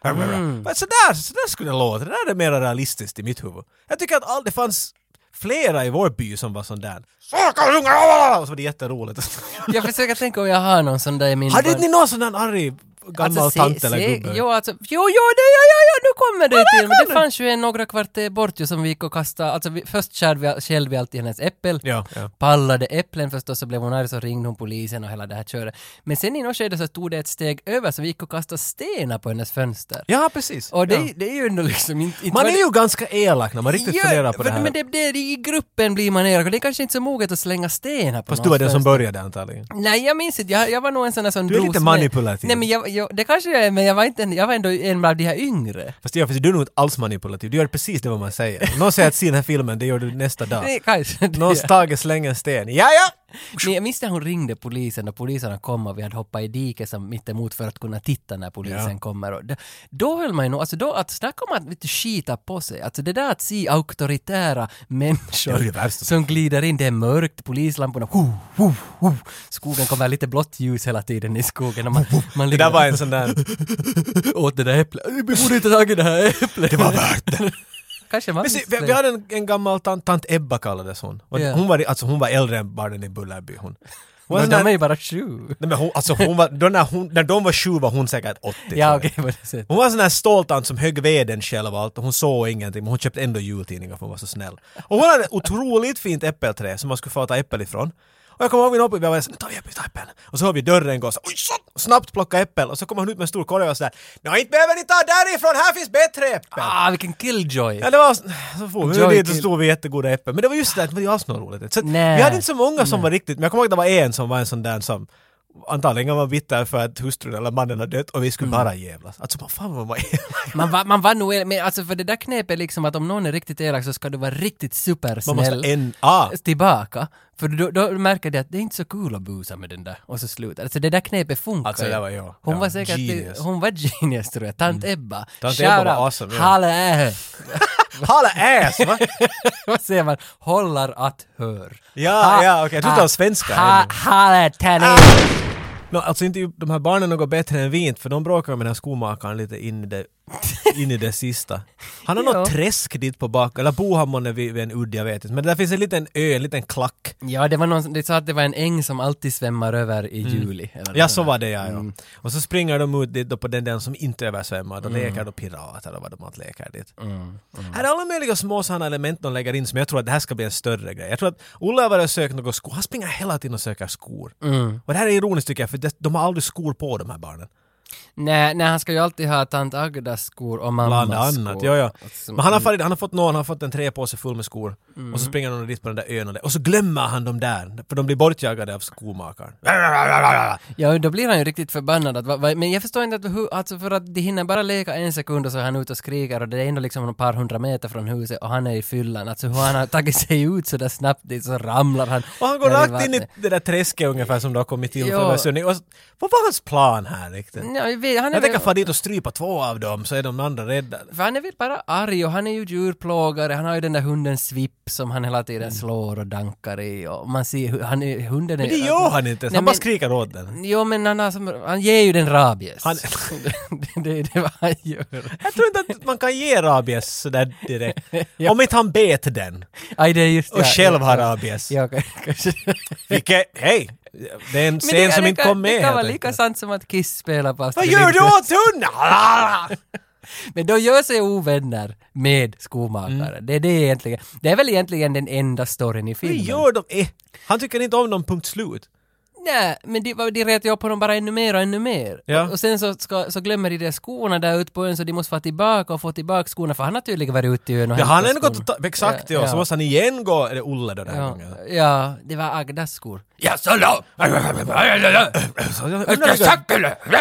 B: Men sådär, sådär skulle det låta, det där är mer realistiskt i mitt huvud. Jag tycker att all, det fanns flera i vår by som var sån där. Och så var det jätteroligt.
A: Jag försöker tänka om jag har någon sån där i min...
B: Hade inte ni någon sån där arg gammal
A: Alltså, se-
B: tant eller
A: se-
B: gubbe.
A: Jo, alltså, jo, jo, det, ja, ja, ja, nu kommer det till! Men det fanns ju en några kvarter bort ju som vi gick och kastade, alltså vi, först skärde vi, skällde vi alltid hennes äppel,
B: Ja, ja.
A: pallade äpplen förstås, så blev hon arg så ringde hon polisen och hela det här köret. Men sen i något skede så tog det ett steg över så vi gick och kastade stenar på hennes fönster.
B: ja, precis.
A: Och det,
B: ja.
A: det är ju ändå liksom inte... inte
B: Man
A: var
B: är
A: det-
B: ju ganska elak när man riktigt
A: Ja,
B: funderar på det
A: för-
B: här.
A: Men det, det, i gruppen blir man elak och det är kanske inte så moget att slänga stenar på någons
B: Fast du var den som
A: fönster.
B: började antagligen.
A: Nej, jag minns inte. Jag, jag var nog en sån där som
B: Du är lite
A: drogs med.
B: manipulativ.
A: Nej, men jag, jag, det kanske jag är, men jag var, inte, en- jag var ändå en av de här yngre.
B: Fast jag, du är nog inte alls manipulativ, du gör precis det vad man säger. Någon säger att se den här filmen, det gör du nästa dag.
A: Det kanske det.
B: Någon Tage slänger en sten. Ja, ja!
A: Men jag minns när hon ringde polisen och poliserna kom och vi hade hoppat i diket som mittemot för att kunna titta när polisen
B: Ja.
A: kommer. Och det, då höll man ju nog, alltså då, att snacka om att vet du, skita på sig. Alltså det där att se auktoritära människor
B: Ja, det är det värsta.
A: som glider in, det är mörkt, polislamporna, ho, ho, ho. skogen kommer lite blått ljus hela tiden i skogen. Och man, man
B: Det där var en sån där...
A: åt det där äpplet. Vi borde inte tagit det här äpplet. Det var värt det. Kanske man
B: Men se,
A: visste
B: vi, vi hade en, en gammal tant, tant Ebba kallades hon. Och
A: Ja.
B: hon, var, alltså, hon var äldre än barnen i Bullerby. Hon, hon var
A: Men
B: sån
A: de är
B: där,
A: ju bara sju.
B: nej, men hon, alltså, hon var, då när, hon, när de var sju var hon säkert 80. tror
A: Ja
B: jag.
A: okej, på det sättet.
B: Hon var en sån här ståltant som högg veden själv och allt och hon såg ingenting men hon köpte ändå jultidningar för hon var så snäll. Och hon hade ett otroligt fint äppelträd som man skulle få ta äppel ifrån. Och jag kommer ihåg min hoppig, jag var såhär, nu tar vi äppel, vi tar äppel. Och så hör vi dörren gå så, oj, så, och snabbt plocka äppel. Och så kommer hon ut med en stor korg och sådär, nej inte behöver ni ta därifrån, här finns bättre äppel.
A: Ah, vilken killjoy!
B: Ja, det var... Så får
A: Joy
B: vi dit och
A: till-
B: stod vi jättegoda äpplen. Men det var just det, det var ju alls något roligt. Så att
A: Nej.
B: vi hade inte så många som var riktigt... Men jag kommer ihåg att det var en som var en sån där som antagligen var bitter för att hustrun eller mannen hade dött och vi
A: Mm.
B: skulle bara jävlas. Alltså man fan vad man var elak.
A: Man var, man var nog, el- men alltså för det där knepet liksom att om någon är riktigt elak så ska du vara riktigt
B: Man måste
A: supersnäll
B: en... Ah!
A: tillbaka. För då, då märker du att det är inte så kul att busa med den där och så slutar Alltså det där knepet funkar
B: Alltså,
A: ju.
B: det var jag.
A: Hon
B: Ja,
A: var säkert,
B: genius. Mm.
A: hon var genius tror jag. Tant Ebba.
B: Tant Ebba var
A: Shoutout.
B: awesome, ja.
A: Hallå!
B: Halla ass! Va?
A: Vad säger man? Håller att hör.
B: Ja, ja, okej. Jag tror inte det var svenska Ah!
A: Ha,
B: ännu.
A: hallå, tennis!
B: Men alltså inte ju- de här barnen något bättre än vi inte, för de bråkar med den här skomakaren lite in i det, in i det sista. Han har
A: Ja.
B: något träsk dit på bak, eller Bohammar är vid, vid en udd, jag vet inte. Men där finns en liten ö, en liten klack.
A: Ja, det var någon, det sa att det var en äng som alltid svämmar över i juli. Eller
B: Mm. Ja,
A: något
B: så
A: sånt
B: var
A: där.
B: det ja. ja.
A: Mm.
B: Och så springer de ut dit då på den delen som inte översvämmar. Då
A: Mm.
B: leker då pirater och vad de allt leker dit. Här är alla möjliga små sådana element de lägger in som jag tror att det här ska bli en större grej. Jag tror att Olle har varit och sökt några skor. Han springer hela tiden och söker skor.
A: Mm.
B: Och det här är ironiskt tycker jag, för det, de har aldrig skor på de här barnen.
A: Nej, nej, han ska ju alltid ha tant Agdas skor och mammas
B: Bland annat,
A: skor.
B: ja, ja.
A: Alltså, Mm.
B: Men han har, farit, han har fått någon, han har fått en träpåse full med skor. Och så springer de dit på den där ön och, det, och så glömmer han dem där. För de blir bortjagade av skomakaren.
A: Ja, då blir han ju riktigt förbannad. Att, va, va, men jag förstår inte att, hur, alltså för att de hinner bara leka en sekund och så är han ute och skriker och det är ändå liksom ett par hundra meter från huset och han är i fyllan. Alltså hur han har tagit sig ut så där snabbt dit så ramlar han.
B: Och han går
A: ner
B: rakt in i
A: vattnet.
B: det där träsket ungefär som du har kommit till
A: Ja.
B: för Översund. Och s- Vad var hans plan här riktigt?
A: Ja, jag vet, han är
B: Jag tänker
A: väl-
B: fara dit och strypa två av dem så är de andra rädda.
A: För han är väl bara arg och han är ju djurplågare, han har ju den där hunden Svipp som han hela
B: Mm.
A: tiden slår och dankar i och man ser hur han är, hunden är...
B: Men det gör han inte ens.
A: Nej,
B: Han bara
A: men-
B: skriker åt den.
A: Jo men han, har som, han ger ju den rabies.
B: Han-
A: det, det, det är vad han gör.
B: Jag tror inte att man kan ge rabies sådär direkt. Om inte han bet den.
A: Aj, det är just,
B: Och själv har rabies.
A: Ja, kanske.
B: Vilket, hej! Det är
A: Men
B: en
A: det-
B: scen som
A: det
B: inte
A: kan-
B: kom med
A: Det kan vara
B: helt
A: lika
B: enkelt.
A: sant som att Kiss spelar på
B: Vad
A: Astrid
B: gör du
A: Lindgren.
B: åt hunden?
A: Men de gör sig ovänner med skomakaren.
B: Mm.
A: Det är det egentligen. Det är väl egentligen den enda storyn i
B: Vad
A: filmen.
B: gör de? Eh, Han tycker inte om dem, punkt slut.
A: Nej, men de, de retar ju upp honom bara ännu mer och ännu mer.
B: Ja.
A: Och, och sen så, ska, så glömmer de där skorna där ute på ön så de måste få tillbaka och få tillbaka skorna för han har tydligen varit ute i ön och
B: Ja,
A: hämtat
B: han har ändå gått och
A: skorna.
B: ta- Exakt ja, så måste han igen gå... Är det Olle då den här
A: Ja,
B: gången?
A: ja, det var Agdas skor.
B: Ja, så långt!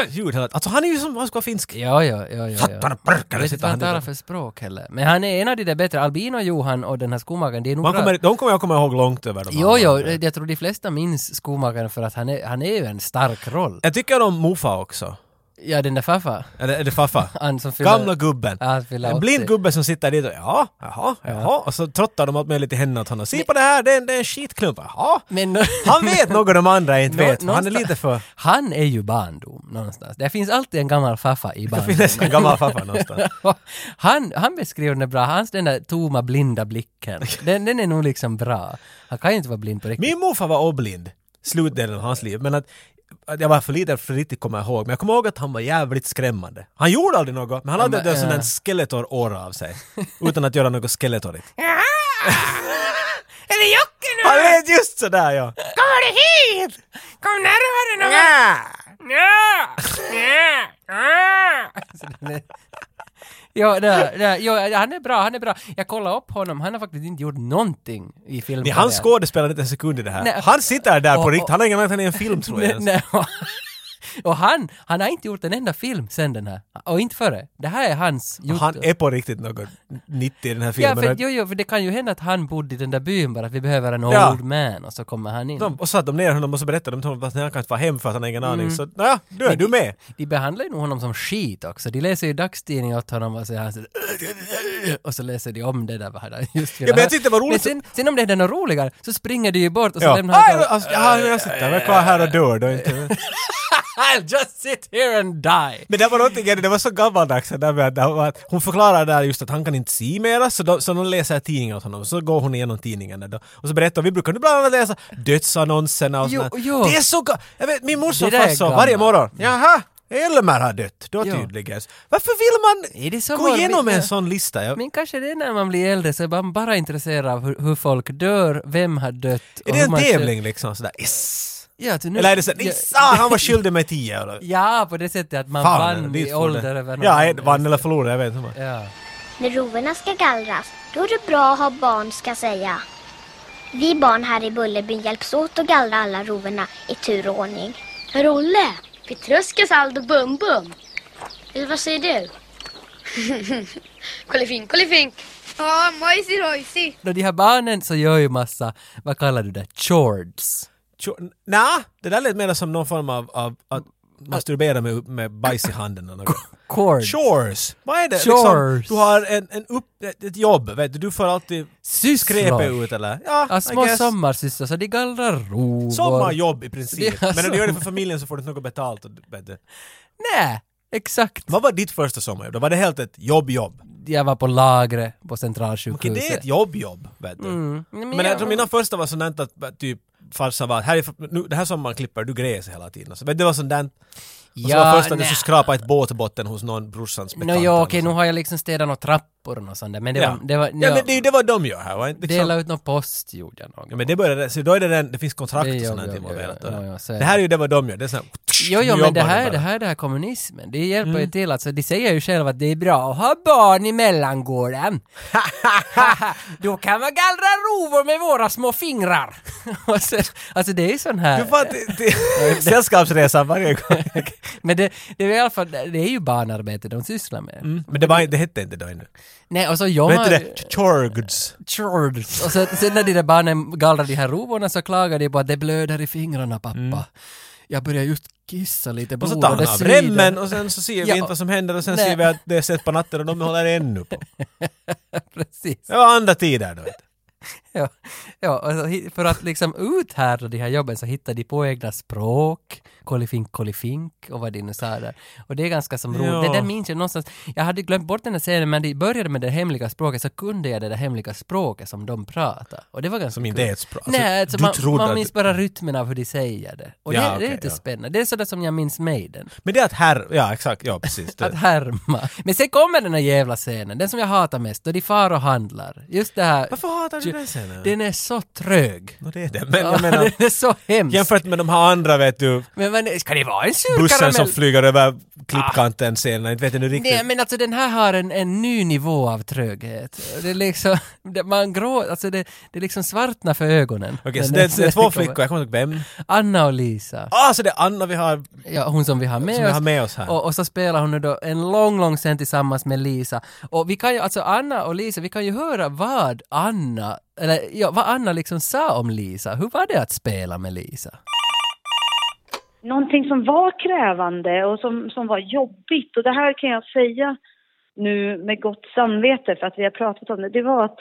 B: Ljud hela Alltså han är ju som, han ska vara finsk.
A: Ja, ja, ja, ja. ja.
B: Satana perkele,
A: Jag vet inte
B: sitter
A: vad
B: han
A: han talar
B: där.
A: för språk heller. Men han är en av de där bättre. Albino Johan och den här skomakaren, det är nog
B: Man
A: bra.
B: kommer, de kommer jag komma ihåg långt över de
A: Jo,
B: andra.
A: jo, eh, jag tror de flesta minns skomakaren för att han är, han är ju en stark roll.
B: Jag tycker om Mofa också.
A: Ja, den där farfar.
B: Eller är det Faffa?
A: Han som fyller...
B: Gamla gubben.
A: Ja, han fyller
B: En
A: 80.
B: blind gubbe som sitter dit och ja, jaha, jaha. Och så trottar de allt möjligt i händerna åt honom. Se på det här, det är en, det är en skitklump. Jaha.
A: Men...
B: Han vet något de andra inte
A: Nå-
B: vet. Han är
A: någonstans-
B: lite för...
A: Han är ju barndom någonstans. Det finns alltid en gammal farfar i
B: Det finns en
A: barndomen.
B: gammal Faffa någonstans.
A: Han, han beskriver den bra, hans den där tomma blinda blicken. Den, den är nog liksom bra. Han kan ju inte vara blind på riktigt.
B: Min morfar var oblind. Slutdelen av hans liv. Men att jag var för liten för att riktigt komma ihåg, men jag kommer ihåg att han var jävligt skrämmande. Han gjorde aldrig något, men han hade
A: men, eh.
B: ett sånt
A: ja.
B: där skeletor-åra av sig. Utan att göra något skeletorigt.
F: Är det Jocke nu?
B: Han lät just sådär ja!
F: Kommer du hit? Kom närmare nu!
B: Ja.
F: Ja! Ja! Ja!
A: Alltså, Ja, det, det, ja, han är bra, han är bra. Jag kollade upp honom, han har faktiskt inte gjort någonting i filmen.
B: Nej, han skådespelar inte en sekund i det här.
A: Nej.
B: Han sitter där
A: Och-
B: på
A: och-
B: riktigt, han har ingen aning att han är i en film tror jag.
A: Nej,
B: ens.
A: nej, och- Och han, han har inte gjort en enda film sen den här. Och inte före. Det här är hans.
B: Och
A: gjort-
B: Han är på riktigt något 90 i den här
A: Ja,
B: filmen.
A: för, jo, jo, för det kan ju hända att han bodde i den där byn bara, att vi behöver en old
B: Ja.
A: man och så kommer han in.
B: de, och satte de ner honom och så berättade de till honom att han kanske var hem för att han har ingen
A: Mm.
B: aning. Så ja, du är du med.
A: De behandlar ju nog honom som skit också. De läser ju dagstidningar åt honom och så, han så, och så läser de om det där. vad han Just
B: Ja, men jag tyckte det var roligt.
A: Men sen, sen om det är något roligare så springer de ju bort och så
B: Ja.
A: lämnar han
B: Ah, alltså, ja, jag sitter väl kvar här och dör då inte.
A: I'll just sit here and die!
B: Men det var någonting, det var så gammaldags det där med att- det var att hon förklarar där just att han kan inte se mera så, då, så de läser tidningen åt honom så går hon igenom tidningarna då och så berättar hon, vi brukar nu bland annat läsa dödsannonserna och
A: Jo,
B: sånt där.
A: jo.
B: Det är så ga- jag vet, min morsa
A: Det där är
B: och så
A: gammalt. Mm.
B: varje morgon. Jaha! Elmer har dött, då
A: Ja.
B: tydligen. Varför vill man
A: Är det så
B: gå
A: vanligt?
B: igenom en
A: Ja.
B: sån lista? Jag,
A: Men kanske det är när man blir äldre så är man bara intresserad av hur, hur folk dör, vem har dött
B: är
A: och
B: det
A: hur
B: en
A: man
B: tävling liksom sådär? Yes.
A: Ja, att nu,
B: Eller är det såhär, ah, han var skyldig mig 10 euro.
A: Ja, på det sättet att man vann
B: dit
A: i
B: for det.
A: ålder över någon
B: Ja,
A: annan.
B: vann eller förlorade, jag vet inte. vad.
A: Ja.
E: När roverna ska gallras, då är det bra att ha barn ska säga. Vi barn här i Bullerbyn hjälps åt att gallra alla roverna i tur och ordning. Rolle,
I: Petruskas Aldo Bum Bum. Eller vad säger du? Kollifink, kollifink.
H: Ja, mojsi rojsi.
A: Då de här barnen så gör ju massa, vad kallar du det, chords.
B: Tjo- Nja, det där lät mer som någon form av, av att
A: Mm.
B: masturbera med, med bajs i handen eller något.
A: Chords.
B: Chores! Vad är det? Liksom,
A: Chores.
B: du har en, en upp, ett, ett jobb, vet du, du får alltid skräpa
A: Sysslor.
B: ut eller? Ja,
A: Ja,
B: I
A: små
B: guess.
A: sommarsysslor, så de gallrar rovor.
B: Sommarjobb i princip.
A: Det är
B: Men när du gör det för familjen så får du inte något betalt. och du- Vet du.
A: Nej, exakt.
B: Vad var ditt första sommarjobb? Då var det helt ett jobb-jobb.
A: Jag var på lagret på
B: Okej,
A: Centralsjukhuset.
B: det är ett jobb-jobb, vet du.
A: Men,
B: Men jag tror mina första var sånt att vet, typ farsan var att här är, nu, det här sommaren klipper du gräs hela tiden. Så, vet, du, det var sånt där. Och så Alltså, var första att jag skulle skrapa ett båtbotten hos någon brorsans
A: Nå,
B: bekant.
A: ja,
B: eller
A: okej,
B: så.
A: nu har jag liksom städat några trappor och sånt där, men det
B: ja.
A: var... Det var
B: ja, men det, det var de gör här. va? Liksom,
A: Dela ut någon post gjorde jag någon
B: ja,
A: gång.
B: men det började, så då är det den, det finns kontrakt
A: Det
B: och
A: är jobb,
B: sånt här
A: jobb,
B: involverat.
A: jobb, ja, ja, så är
B: det här är ju det vad de gör. Det är sån här,
A: Jo, jo,
B: nu
A: men det
B: jobbar ni Mm.
A: här,
B: bara.
A: det här, det här kommunismen, det hjälper ju till alltså, de säger ju själva att det är bra att ha barn i mellangården. Då kan man gallra rovor med våra små fingrar. Och så- alltså det är ju sån här...
B: Du fan, det, det, sällskapsresan varje gång.
A: Men det, det är i alla fall, det är ju barnarbete de sysslar med.
B: Men det, var, det hette inte då ännu.
A: Nej, och så gör
B: Vad
A: Mm. man...
B: hette det? Chorgds.
A: Chords. Och så, sen när de där barnen gallrar de här rovorna så klagar de på att det blöder i fingrarna pappa. Jag börjar just kissa lite
B: Mm. Och
A: blod
B: så tar han
A: det
B: av
A: svider.
B: remmen och sen så ser vi
A: Ja,
B: inte vad som händer och sen
A: nej.
B: ser vi att det är sett på natten och de håller ännu på.
A: Precis.
B: Det var andra tider då. vet du.
A: Ja. Ja, och så, hi- för att liksom uthärda de här jobben så hittar de på egna språk, kolifink, kolifink och vad de nu sa där. Och det är ganska som roligt.
B: Ja.
A: Det där minns jag någonstans. Jag hade glömt bort den här scenen men det började med det hemliga språket så kunde jag det där hemliga språket som de pratade. Och det var ganska
B: Som inte
A: kul.
B: är ett språk.
A: Nej, alltså
B: du
A: man,
B: trodde
A: man
B: att-
A: minns bara rytmen av hur de säger det. Och
B: Ja,
A: det, det
B: okej,
A: är lite
B: ja.
A: spännande. Det är sådär som jag minns Maiden.
B: Men det är att här, ja exakt, ja precis.
A: Att
B: Det.
A: härma. Men sen kommer den här jävla scenen, den som jag hatar mest, då de far och handlar. Just det här...
B: Varför hatar du den scenen?
A: Den är så trög.
B: Nå, det är det. Men
A: Ja,
B: jag menar,
A: den är så hemsk.
B: jämfört med de här andra vet du,
A: Men, men ska det vara en
B: bussen
A: surkaramell?
B: som flyger över klippkanten senare, inte vet jag nu
A: Ah. Nej
B: riktigt.
A: men alltså den här har en, en ny nivå av tröghet. Det är liksom, det, man grå, alltså det, det är liksom svartnar för ögonen.
B: Okej,
A: Men
B: så det, är- det är två
A: kommer-
B: flickor, jag kommer inte ihåg vem.
A: Anna och Lisa.
B: Ah, så det är Anna vi har,
A: Ja, hon som vi har med
B: Som vi
A: oss.
B: har med oss här.
A: Och, och så spelar hon nu då en lång, lång scen tillsammans med Lisa. Och vi kan ju, alltså Anna och Lisa, vi kan ju höra vad Anna, eller ja, vad Anna liksom sa om Lisa. Hur var det att spela med Lisa?
D: någonting som var krävande och som, som var jobbigt. Och det här kan jag säga nu med gott samvete för att vi har pratat om det. Det var att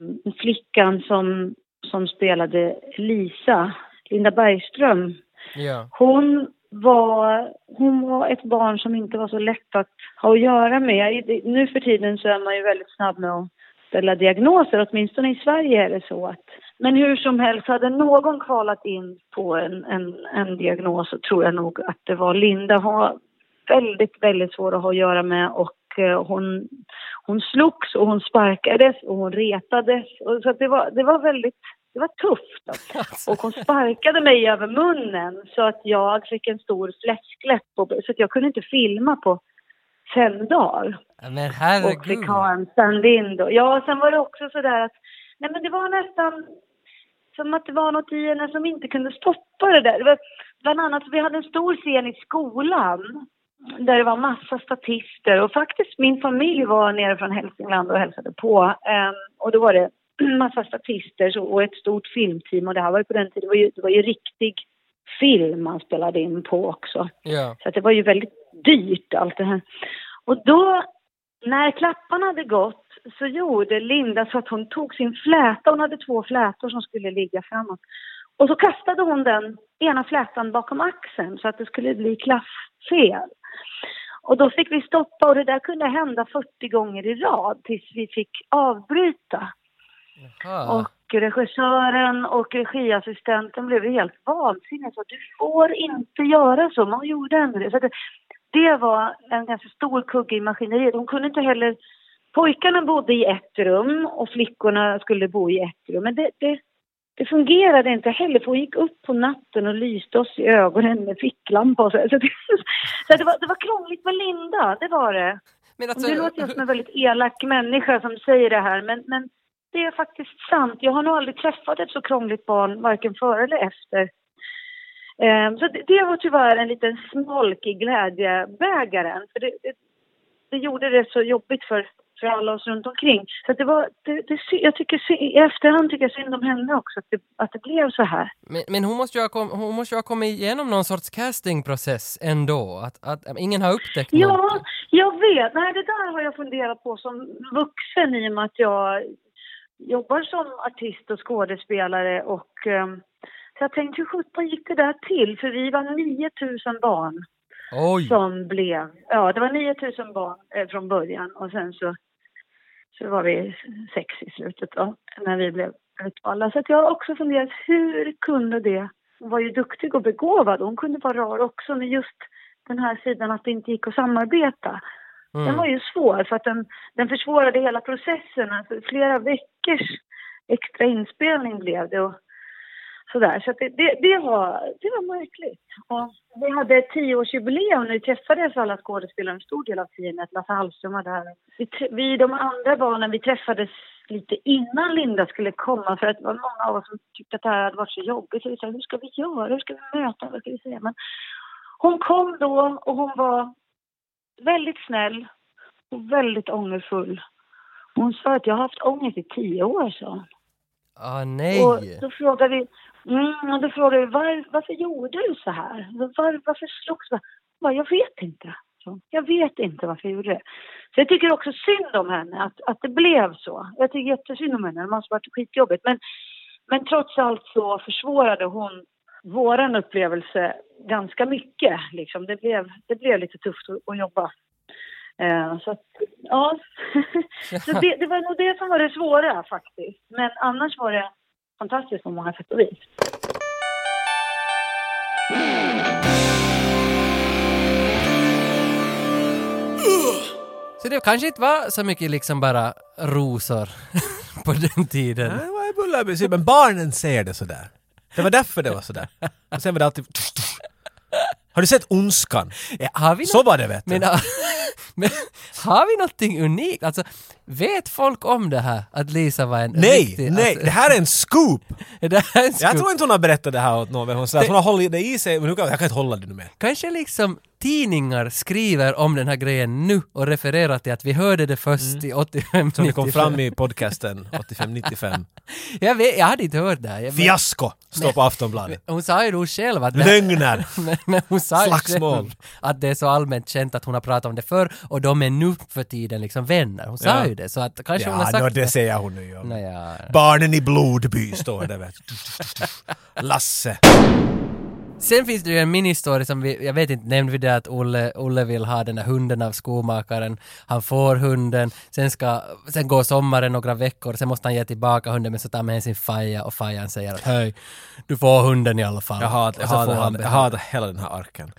D: mm, flickan som, som spelade Lisa, Linda Bergström,
A: Ja.
D: hon var, hon var ett barn som inte var så lätt att ha att göra med. I- Nu för tiden så är man ju väldigt snabb med att fastställa diagnoser. Åtminstone i Sverige är det så att... Men hur som helst, hade någon kvalat in på en, en, en diagnos så tror jag nog att det var Linda. Hon var väldigt, väldigt svår att ha att göra med och eh, hon, hon slogs och hon sparkades och hon retades. Och så att det, var, det var väldigt... Det var tufft. Alltså. Och hon sparkade mig över munnen så att jag fick en stor fläskläpp. och- Så att jag kunde inte filma på fem dagar.
A: Men
D: Och fick
A: herregud.
D: ha en stand-in då. Ja, sen var det också sådär att, nej men det var nästan som att det var något i henne som inte kunde stoppa det där. Det var, bland annat, vi hade en stor scen i skolan där det var massa statister och faktiskt min familj var nere från Hälsingland och hälsade på. Ehm, och då var det massa statister så- och ett stort filmteam och det här var ju på den tiden, det var ju, det var ju riktig film man spelade in på också.
A: Ja.
D: Så att det var ju väldigt dyrt allt det här. Och då, när klapparna hade gått, så gjorde Linda så att hon tog sin fläta, hon hade två flätor som skulle ligga framåt. Och så kastade hon den ena flätan bakom axeln så att det skulle bli klaffel. Och då fick vi stoppa och det där kunde hända 40 gånger i rad tills vi fick avbryta.
A: Jaha.
D: Och regissören och regiassistenten blev ju helt vansinniga. Så du får inte göra så. Men hon gjorde ändå det. Så att det, det var en ganska stor kugge i maskineriet. Hon kunde inte heller... Pojkarna bodde i ett rum och flickorna skulle bo i ett rum. Men det, det, det fungerade inte heller för hon gick upp på natten och lyste oss i ögonen med ficklampa och så. Så, det, så det, var, det var krångligt med Linda, det var det.
A: Men alltså,
D: Nu låter jag som en väldigt elak människa som säger det här, men, men det är faktiskt sant. Jag har nog aldrig träffat ett så krångligt barn, varken före eller efter. Ehm, Så det, det var tyvärr en liten smolk i glädjebägaren. För det, det, det gjorde det så jobbigt för, för alla oss runt omkring. Så att det var, det, det, är sy- jag tycker, sy- I efterhand tycker jag synd om henne också, att det, att det blev så här.
A: Men, men hon, måste ju ha kom, hon måste ju ha kommit igenom någon sorts castingprocess ändå. Att, att äm, ingen har upptäckt
D: Ja,
A: någonting.
D: jag vet. Nej, det där har jag funderat på som vuxen i och med att jag jobbar som artist och skådespelare och ehm, så jag tänkte hur sjutton gick det där till? För vi var 9000 barn
A: Oj!
D: som blev, ja det var 9000 barn eh, från början och sen så, så var vi sex i slutet då, när vi blev utvalda. Så att jag har också funderat, hur kunde det? Hon var ju duktig och begåvad och hon kunde vara rar också men just den här sidan att det inte gick att samarbeta. Den var
A: Mm.
D: ju svår för att den, den försvårade hela processen. Alltså flera veckors extra inspelning blev det och sådär. Så att det, det, det, var, det var märkligt. Och vi hade ett tioårsjubileum när vi träffades alla skådespelare, en stor del av teamet. Lasse Hallström var där. Vi, tr- vi, de andra barnen, vi träffades lite innan Linda skulle komma för att det var många av oss som tyckte att det här hade varit så jobbigt. Så vi sa, hur ska vi göra? Hur ska vi möta? Vad ska vi säga? Men hon kom då och hon var väldigt snäll och väldigt ångerfull. Hon sa att jag har haft ångest i tio år, sa hon.
A: Ah, nej!
D: Och då frågade vi, mm, och då frågade vi var, varför gjorde du så här? Var, varför slogs du? Hon bara, jag vet inte. sa hon. Jag vet inte varför jag gjorde det. Så jag tycker också synd om henne att, att det blev så. Jag tycker jättesynd om henne. Det måste ha varit skitjobbigt. Men, men trots allt så försvårade hon våran upplevelse ganska mycket. Liksom. Det, blev, det blev lite tufft att, att jobba. Eh, så att, ja. så det, det var nog det som var det svåra faktiskt. Men annars var det fantastiskt på många sätt och vis.
A: Så det kanske inte var så mycket liksom bara rosor på den tiden.
B: Nej, vad är Bullerbyn? Men barnen ser det sådär. Det var därför det var sådär. Och sen var det alltid... Har du sett Ondskan?
A: Ja, har vi
B: Så var det vet du.
A: Men, men har vi någonting unikt? Alltså, vet folk om det här? Att Lisa var en
B: Nej,
A: riktig...
B: nej,
A: alltså,
B: det här är en scoop!
A: det här är en
B: Jag
A: scoop.
B: tror inte hon har berättat det här åt någon. men Hon, sa att hon har hållit det i sig, men nu kan, jag kan inte hålla det nu mer.
A: Kanske liksom tidningar skriver om den här grejen nu och refererar till att vi hörde det först i 85
B: Mm. Som det kom fram i podcasten 85-95.
A: Jag, vet, jag hade inte hört det här. Jag-
B: Fiasko! Står på Aftonbladet.
A: Hon sa ju då själv att...
B: Lögner!
A: Men, men hon sa ju
B: Slagsmål.
A: själv att det är så allmänt känt att hon har pratat om det förr och de är nu för tiden liksom vänner. Hon sa
B: Ja.
A: ju det, så att kanske hon har
B: Ja,
A: sagt
B: nå, det säger hon nu ja.
A: Nej, ja.
B: Barnen i Blodby står det vet du. Lasse.
A: Sen finns det ju en ministory som vi, jag vet inte, nämnde vi det att Olle, Olle vill ha den där hunden av skomakaren. Han får hunden, sen, ska, sen går sommaren några veckor, sen måste han ge tillbaka hunden men så tar han med sin Faja och Fajan säger att hej, du får hunden i alla fall.
B: Jag hatar,
A: Och
B: jag,
A: så får
B: hatar,
A: han
B: han- jag
A: behålla-
B: hatar hela den här arken.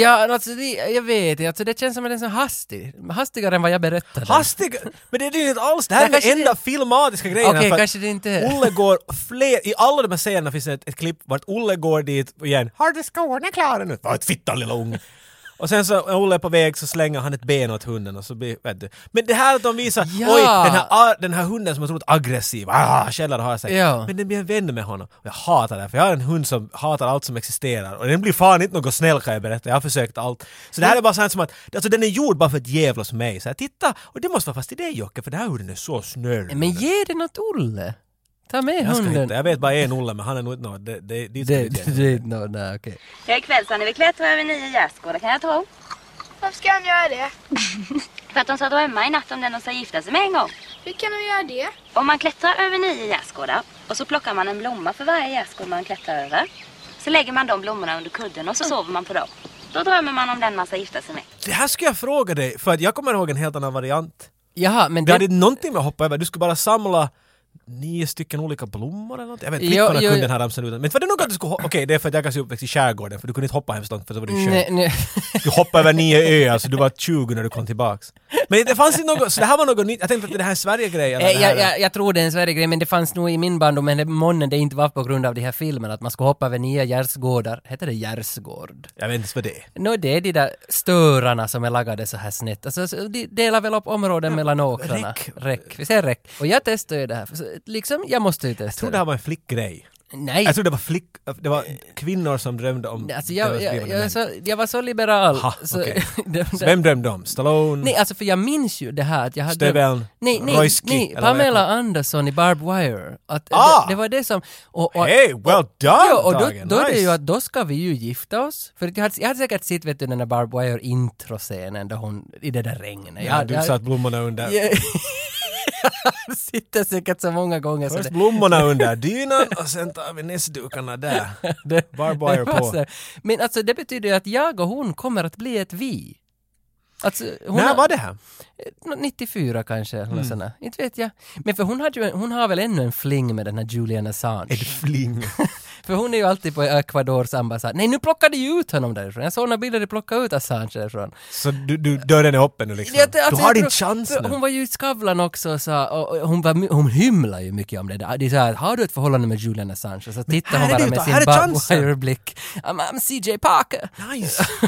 A: Ja, alltså, det, jag vet inte, alltså, det känns som att den är så hastig. Hastigare än vad jag berättade.
B: Hastig! Men det är ju inte alls, det här
A: Nej,
B: är den
A: kanske
B: enda
A: det-
B: filmatiska grejen.
A: Okej,
B: här, för att
A: kanske det inte är.
B: Olle går fler, i alla de här scenerna finns det ett, ett klipp vart Olle går dit och igen “Har du skorna klara nu?” “Vad ett fitta lilla unge!” Och sen så när Olle är på väg så slänger han ett ben åt hunden och så blir, vet du. Men det här att de visar,
A: Ja.
B: oj den här, ar- den här hunden som är otroligt aggressiv, ah, källar och har sig.
A: Ja.
B: Men den blir en vän med honom. Och jag hatar det här, för jag har en hund som hatar allt som existerar. Och den blir fan inte något snäll kan jag berätta, jag har försökt allt. Så det här är bara sånt som att, alltså den är gjord bara för att djävlas med mig. Så här, titta, och det måste vara fast i dig Jocke, för den här hunden är så snäll.
A: Men ge den åt Olle. Ta med
B: Jag, ska
A: hunden.
B: hitta, jag vet bara en Olle, men han är nog inte någon... Det, det, det,
A: Det,
B: det,
A: det, det, no, nej, okej.
J: Ja, ikväll ska ni väl klättra över nio gärdsgårdar kan jag tro.
I: Varför ska han göra det?
J: För att de sa drömma i natt om den de ska gifta sig med en gång.
I: Hur kan han göra det?
J: Om man klättrar över nio gärdsgårdar och så plockar man en blomma för varje gärdsgård man klättrar över. Så lägger man de blommorna under kudden och så sover man på dem. Då drömmer man om den man ska gifta sig med.
B: det här ska jag fråga dig, för att jag kommer ihåg en helt annan variant.
A: Jaha, men
B: Det
A: det,
B: hade inte någonting med att hoppa över, du skulle bara samla nio stycken olika blommor eller något. Jag vet inte,
A: Jo,
B: flickorna
A: jo,
B: kunde
A: jo.
B: den här ramsan utan. Men var det något att du skulle hoppa? Okej, det är för att jag kanske är uppväxt i skärgården, för du kunde inte hoppa hemskt långt för så var du
A: nej,
B: sjuk.
A: nej.
B: Du hoppade över nio öar, så du var 20 när du kom tillbaks. Men det fanns inte något, så det här var något nytt. Jag tänkte att det här är Sverige-grejen.
A: Eh, jag, jag, jag tror det är en Sverigegrej, men det fanns nog i min barndom, men det månne det inte var på grund av de här filmerna, att man skulle hoppa över nya gärdsgårdar. Heter det gärdsgård?
B: jag vet inte ens vad det är.
A: Nå, det är de där störarna som är lagade så här snett. Alltså, så de delar väl upp områden mellan åkrarna.
B: räck.
A: räck. Vi säger räck. Och jag testar ju det här, för så, liksom, jag måste ju
B: Jag
A: testa
B: tror det här var en flickgrej.
A: Nej!
B: Jag tror det var flick... Det var kvinnor som drömde om...
A: Alltså jag, jag, jag,
B: blivande
A: jag,
B: män.
A: så, jag var så liberal.
B: Aha,
A: så,
B: okej.
A: det-
B: Så Vem drömde om? Stallone?
A: Nej, alltså för jag minns ju det här att jag hade...
B: Stöveln,
A: Nej, nej,
B: Royski,
A: nej
B: eller vad heter
A: Pamela
B: det?
A: Anderson i Barbed Wire. Att
B: Ah!
A: det, det var det som... Och, och,
B: Hey, well done!
A: Ja, och då,
B: Dagen.
A: då är det ju
B: Nice.
A: att då ska vi ju gifta oss. För jag hade, jag hade säkert sett vet du, den där Barbed Wire introscenen där hon, i det där regnet.
B: Ja,
A: Jag-
B: du
A: jag-
B: satt blommorna under.
A: Jag jag sitter säkert så många gånger så
B: Först
A: det-
B: blommorna under dynan och sen tar vi näsdukarna där.
A: det,
B: Barbed wire
A: det var
B: på.
A: så här. Men alltså det betyder ju att jag och hon kommer att bli ett vi. Alltså, hon
B: När
A: har-
B: var det här?
A: nå- 94 kanske, eller
B: Mm.
A: sån där. inte vet jag. Men för hon, hade ju en, hon har väl ännu en fling med den här Julian Assange.
B: Ett fling.
A: För hon är ju alltid på Ecuadors ambassad. Nej, nu plockade ju ut honom därifrån. Jag såg några bilder de plockade ut Assange därifrån.
B: Så du, du, dörren är öppen nu liksom.
A: Jag- alltså,
B: du
A: jag
B: har din
A: tror-
B: chans
A: för
B: nu.
A: Hon var ju i Skavlan också och, sa, och och hon, var, my- hon hymlar ju mycket om det där. Det är så här, har du ett förhållande med Julian Assange? Och så tittar
B: här
A: hon
B: är
A: bara
B: det,
A: med
B: ta-
A: sin
B: här är
A: Bob
B: chansen.
A: Wire-blick. I'm, I'm CJ Parker.
B: Nice.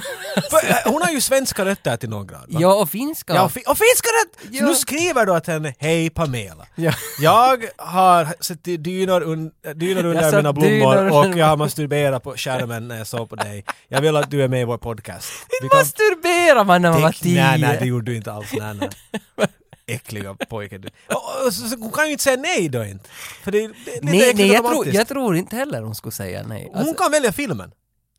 B: För, eh, hon har ju svenska rötter till någon grad. va?
A: Ja, och finska.
B: Ja, och, fi- och finska rötter! Så
A: Ja.
B: nu skriver du att henne, hej Pamela.
A: Ja.
B: Jag har sett dynor, un, dynor
A: Jag
B: under
A: sa dynor
B: mina blommor
A: under-
B: och jag har masturberat på skärmen när jag såg på dig. Jag vill att du är med i vår podcast. Vi kan-
A: Masturberar man när man var
B: Dick?
A: tio?
B: Nej, nej, det gjorde du inte alls. Nej, nej. Äckliga pojke du. Och, och, så, så, hon kan ju inte säga nej då inte. För det, är- det är lite
A: Nej,
B: äckligt
A: nej
B: och
A: jag, tror,
B: romantiskt.
A: jag tror inte heller hon skulle säga nej.
B: Hon kan välja filmen.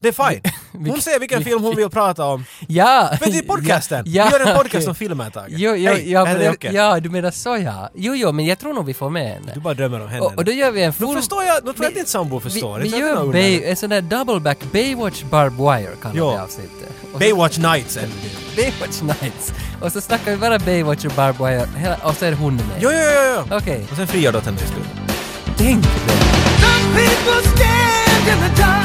B: Det är fine. Hon
A: vilken-
B: säger vilken film hon vill prata om.
A: ja!
B: Men det är podcasten!
A: Ja,
B: Vi gör en podcast
A: okej.
B: om filmer ett tag.
A: Jo, jo,
B: Hej,
A: ja,
B: det här är
A: men-
B: Jocke.
A: ja, du menar så ja. Jo, jo, men jag tror nog vi får med henne.
B: Du bara drömmer om henne.
A: Och, och då gör vi en full...
B: Då förstår jag, då tror jag
A: Vi-
B: att din sambo förstår.
A: Vi,
B: Det
A: vi
B: är inte
A: gör
B: några
A: Bay,
B: ungar.
A: en sån där double back Baywatch Barbed Wire kallar
B: Ja.
A: vi avsnittet. Och så-
B: Baywatch Nights är det nu.
A: Baywatch Nights. Och så snackar vi bara Baywatch och Barbed Wire hela- och så är hon med.
B: Jo, jo, jo, jo.
A: Okej,
B: Och sen friar du åt henne i slutet.
A: tänk det.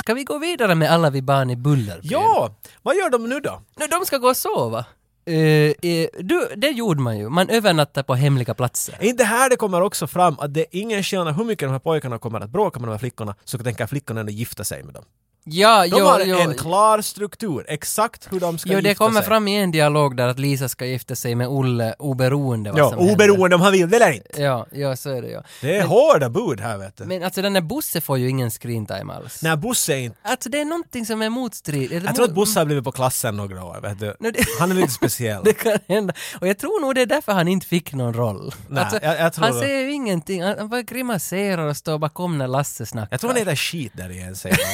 A: Ska vi gå vidare med alla vi barn i buller?
B: Ja! Vad gör de nu då?
A: Nu, de ska gå och sova. Eh, eh, du, det gjorde man ju. Man övernattar på hemliga platser.
B: Är inte här det kommer också fram att det är ingen skillnad hur mycket de här pojkarna kommer att bråka med de här flickorna så tänker flickorna ändå gifta sig med dem.
A: Ja,
B: De
A: jo,
B: har
A: jo,
B: en klar struktur, exakt hur de ska
A: jo,
B: gifta
A: det kommer
B: sig.
A: fram i en dialog där att Lisa ska gifta sig med Olle oberoende vad
B: Ja,
A: som händer.
B: oberoende om han vill eller inte.
A: Ja, ja, så är det ja.
B: Det är hårda bud här vet du.
A: Men alltså den där Bosse får ju ingen screentime alls.
B: Nej, Bosse är inte...
A: Alltså det är någonting som är motstridigt.
B: Jag tror att Bosse har blivit på klassen några år vet du.
A: Nu, det-
B: Han är lite speciell.
A: Mm, Det kan hända. Och jag tror nog det är därför han inte fick någon roll. Alltså,
B: Nej, jag- jag tror
A: han
B: det.
A: säger ju ingenting, han han bara grimaserar och står bakom när Lasse snackar.
B: Jag tror han heter skit där igen säger jag.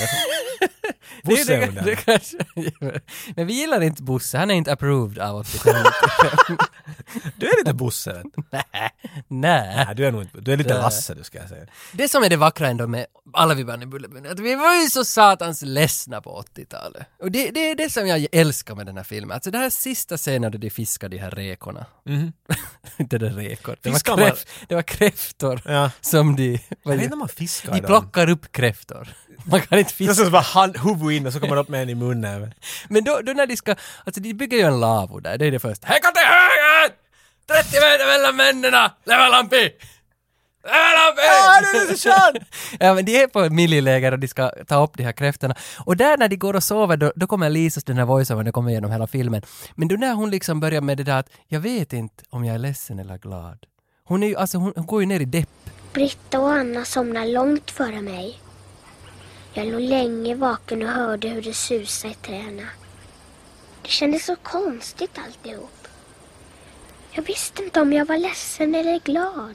A: det,
B: Bosse
A: det,
B: är
A: det,
B: under.
A: det kanske Men vi gillar inte Bosse, han är inte approved av 85.
B: Du är lite Bosse. vet du.
A: Nej.
B: Nej, du är nog inte... Du är lite
A: Det är-
B: Lasse, du ska jag säga.
A: Det som är det vackra ändå med alla vi band i Bullerbyn, att vi var ju så satans ledsna på 80-talet. Och det, det är det som jag älskar med den här filmen. Alltså den här sista scenen då de fiskar de här rekorna.
B: Mhm.
A: inte det rekor, det var,
B: Fiskar man-
A: kräft, det var kräftor
B: Ja.
A: som de...
B: Jag vet inte om man fiskar
A: de
B: dem.
A: plockar upp kräftor. Man kan inte
B: Det är
A: fiska.
B: som att bara hand, huvud in och så kommer det upp med en i munnen.
A: Men då, då när de ska, alltså de bygger ju en lavo där, det är det första. Här går till höger! 30 meter mellan männen! Levalampi! Levalampi!
B: Ah, det är så skönt!
A: ja men de är på milliläger och de ska ta upp de här kräftorna. Och där när de går och sover, då, då kommer Lisas, den här voiceovern, det kommer igenom hela filmen. Men då när hon liksom börjar med det där att jag vet inte om jag är ledsen eller glad. Hon är ju, alltså hon, hon går ju ner i depp.
E: Britta och Anna somnade långt före mig. Jag låg länge vaken och hörde hur det susade i träna. Det kändes så konstigt alltihop. Jag visste inte om jag var ledsen eller glad.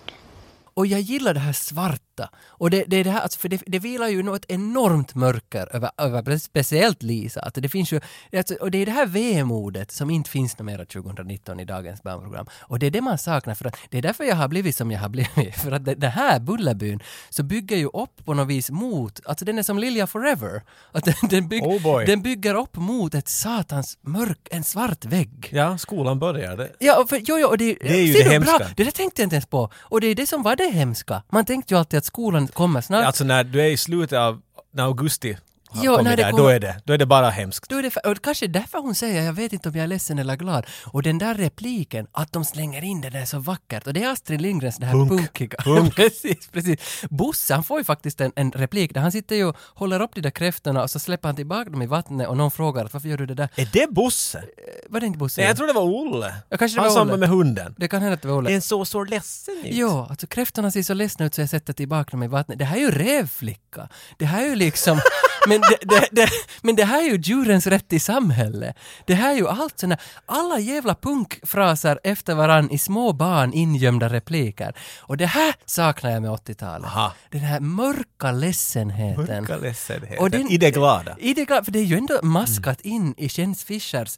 A: Och jag gillar det här svarta. Och det, det är det här, alltså, för det, det vilar ju något enormt mörker över, över speciellt Lisa. Alltså, det finns ju, alltså, och det är det här vemodet som inte finns numera 2019 i dagens barnprogram. Och det är det man saknar, för att det är därför jag har blivit som jag har blivit. För att det, det här Bullerbyn så bygger ju upp på något vis mot, alltså den är som Lilja Forever. Att den, den, bygg,
B: Oh boy.
A: den bygger upp mot ett satans mörk, en svart vägg.
B: Ja, skolan börjar. Det.
A: Ja, och för, jo, jo, och det,
B: Det är ju
A: ser
B: det
A: du,
B: hemska.
A: Bra, det där tänkte jag inte ens på. Och det är det som var det hemska. Man tänkte ju alltid att skolan kommer snart.
B: Alltså när du är i slutet av... När augusti har
A: Jo,
B: kommit
A: när det
B: där, då,
A: kommer-
B: är det, då är det bara hemskt.
A: Då är det för, och kanske därför hon säger jag vet inte om jag är ledsen eller glad. Och den där repliken, att de slänger in den är så vackert. Och det är Astrid Lindgrens det här
B: Punk.
A: punkiga.
B: Punk.
A: precis, precis. Bosse han får ju faktiskt en, en replik där han sitter ju och håller upp de där kräftorna och så släpper han tillbaka dem i vattnet och någon frågar att varför gör du det där?
B: Är det Bosse?
A: Var det inte Bosse?
B: Nej, jag tror det var Olle.
A: Ja, kanske det
B: Han
A: var
B: som
A: Olle.
B: med hunden.
A: Det kan hända att det var Olle.
B: En så så ledsen ut.
A: Ja, alltså kräftorna ser så ledsna ut så jag sätter tillbaka dem i vattnet. Det här är ju rävflicka. Det här är ju liksom... Men det, det, det, men det här är ju djurens rätt i samhället. Det här är ju allt såna... Alla jävla punkfraser efter varann i små barn ingömda repliker. Och det här saknar jag med 80-talet.
B: Aha.
A: Den här mörka ledsenheten.
B: Mörka ledsenheten. I det glada.
A: I det glada, för det är ju ändå maskat in i Jens Fischers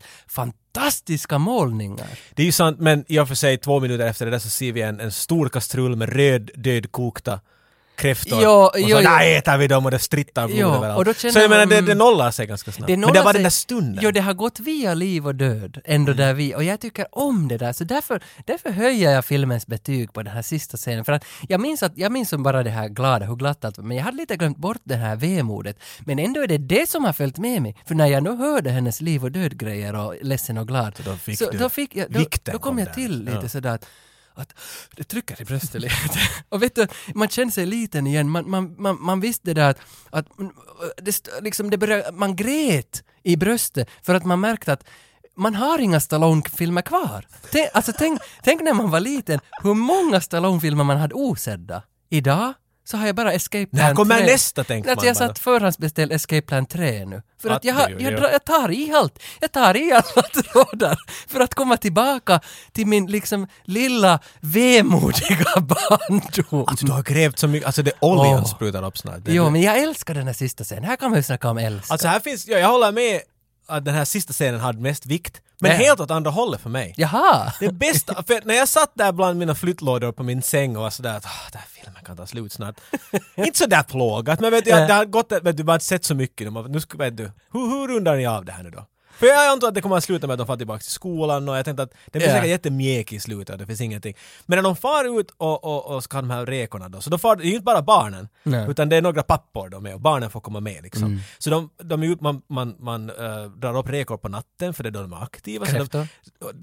A: fantastiska målningar.
B: Det är ju sant, men i och för sig två minuter efter det där så ser vi en, en stor kastrull med röd, dödkokta kräftor.
A: Jo,
B: och så
A: jo, jo.
B: där äter vi dem och det strittar blod
A: Jo,
B: överallt.
A: och då
B: så
A: känner
B: jag menar, det,
A: man-
B: det nollar sig ganska snabbt. men det
A: nollar
B: var
A: sig-
B: den där stunden. Mm.
A: Jo, det har gått via liv och död, ändå där vi, och jag tycker om det där, så därför, därför höjer jag filmens betyg på den här sista scenen, för att jag minns, att, jag minns som bara det här glada, hur glatt allt var, men jag hade lite glömt bort det här vemodet, men ändå är det det som har följt med mig, för när jag nu hörde hennes liv och död-grejer och ledsen och glad,
B: då fick
A: så
B: du-
A: då, fick jag, då,
B: vikten
A: då kom
B: kom
A: jag
B: där.
A: till lite
B: Ja.
A: sådär att att det trycker i bröstet lite. Och vet du, man känner sig liten igen. Man, man, man, man visste det där att, att mm, det, st- liksom det började, man grät i bröstet för att man märkte att man har inga Stallone-filmer kvar. Tänk, alltså tänk, tänk när man var liten, hur många Stallone-filmer man hade osedda. Idag så har jag bara Escape Plan
B: När kommer
A: 3.
B: nästa, tänkte
A: alltså,
B: man
A: jag
B: bara.
A: satt förhandsbeställd Escape Plan 3 nu. För att,
B: Att
A: jag, har,
B: du
A: jag,
B: gör det.
A: drar- jag tar i allt. Jag tar i alla trådar för att komma tillbaka till min liksom lilla vemodiga barndom.
B: Alltså du har grävt så mycket, alltså det oljan
A: Åh.
B: sprutar upp snart. Det,
A: Jo,
B: det-
A: men jag älskar den här sista scenen. Här kan man ju snacka om älsk.
B: Alltså här finns, ja, jag håller med att den här sista scenen hade mest vikt. Men
A: Nej.
B: helt åt andra hållet för mig.
A: Jaha!
B: Det bästa, för när jag satt där bland mina flyttlådor på min säng och var sådär att "Ah, den här filmen kan ta slut snart. Inte sådär plågat, men vet du,
A: Eh.
B: jag, det har gått, vet du, man har sett så mycket. De har- Nu ska, vet du, hur, hur rundar ni av det här nu då? För jag antar att det kommer att sluta med att de far tillbaka till skolan och jag tänkte att det blir
A: Ja.
B: säkert jättemjäk i slutet och det finns ingenting. Men när de far ut och, och, och ska ha de här rekorna då, så då far, det är ju inte bara barnen,
A: Nej. Mm.
B: utan det är några pappor de är och barnen får komma med liksom. Så de, de är ju, man, man, man eh, drar upp rekor på natten för det är då de är aktiva. Så de-
A: Kräftor.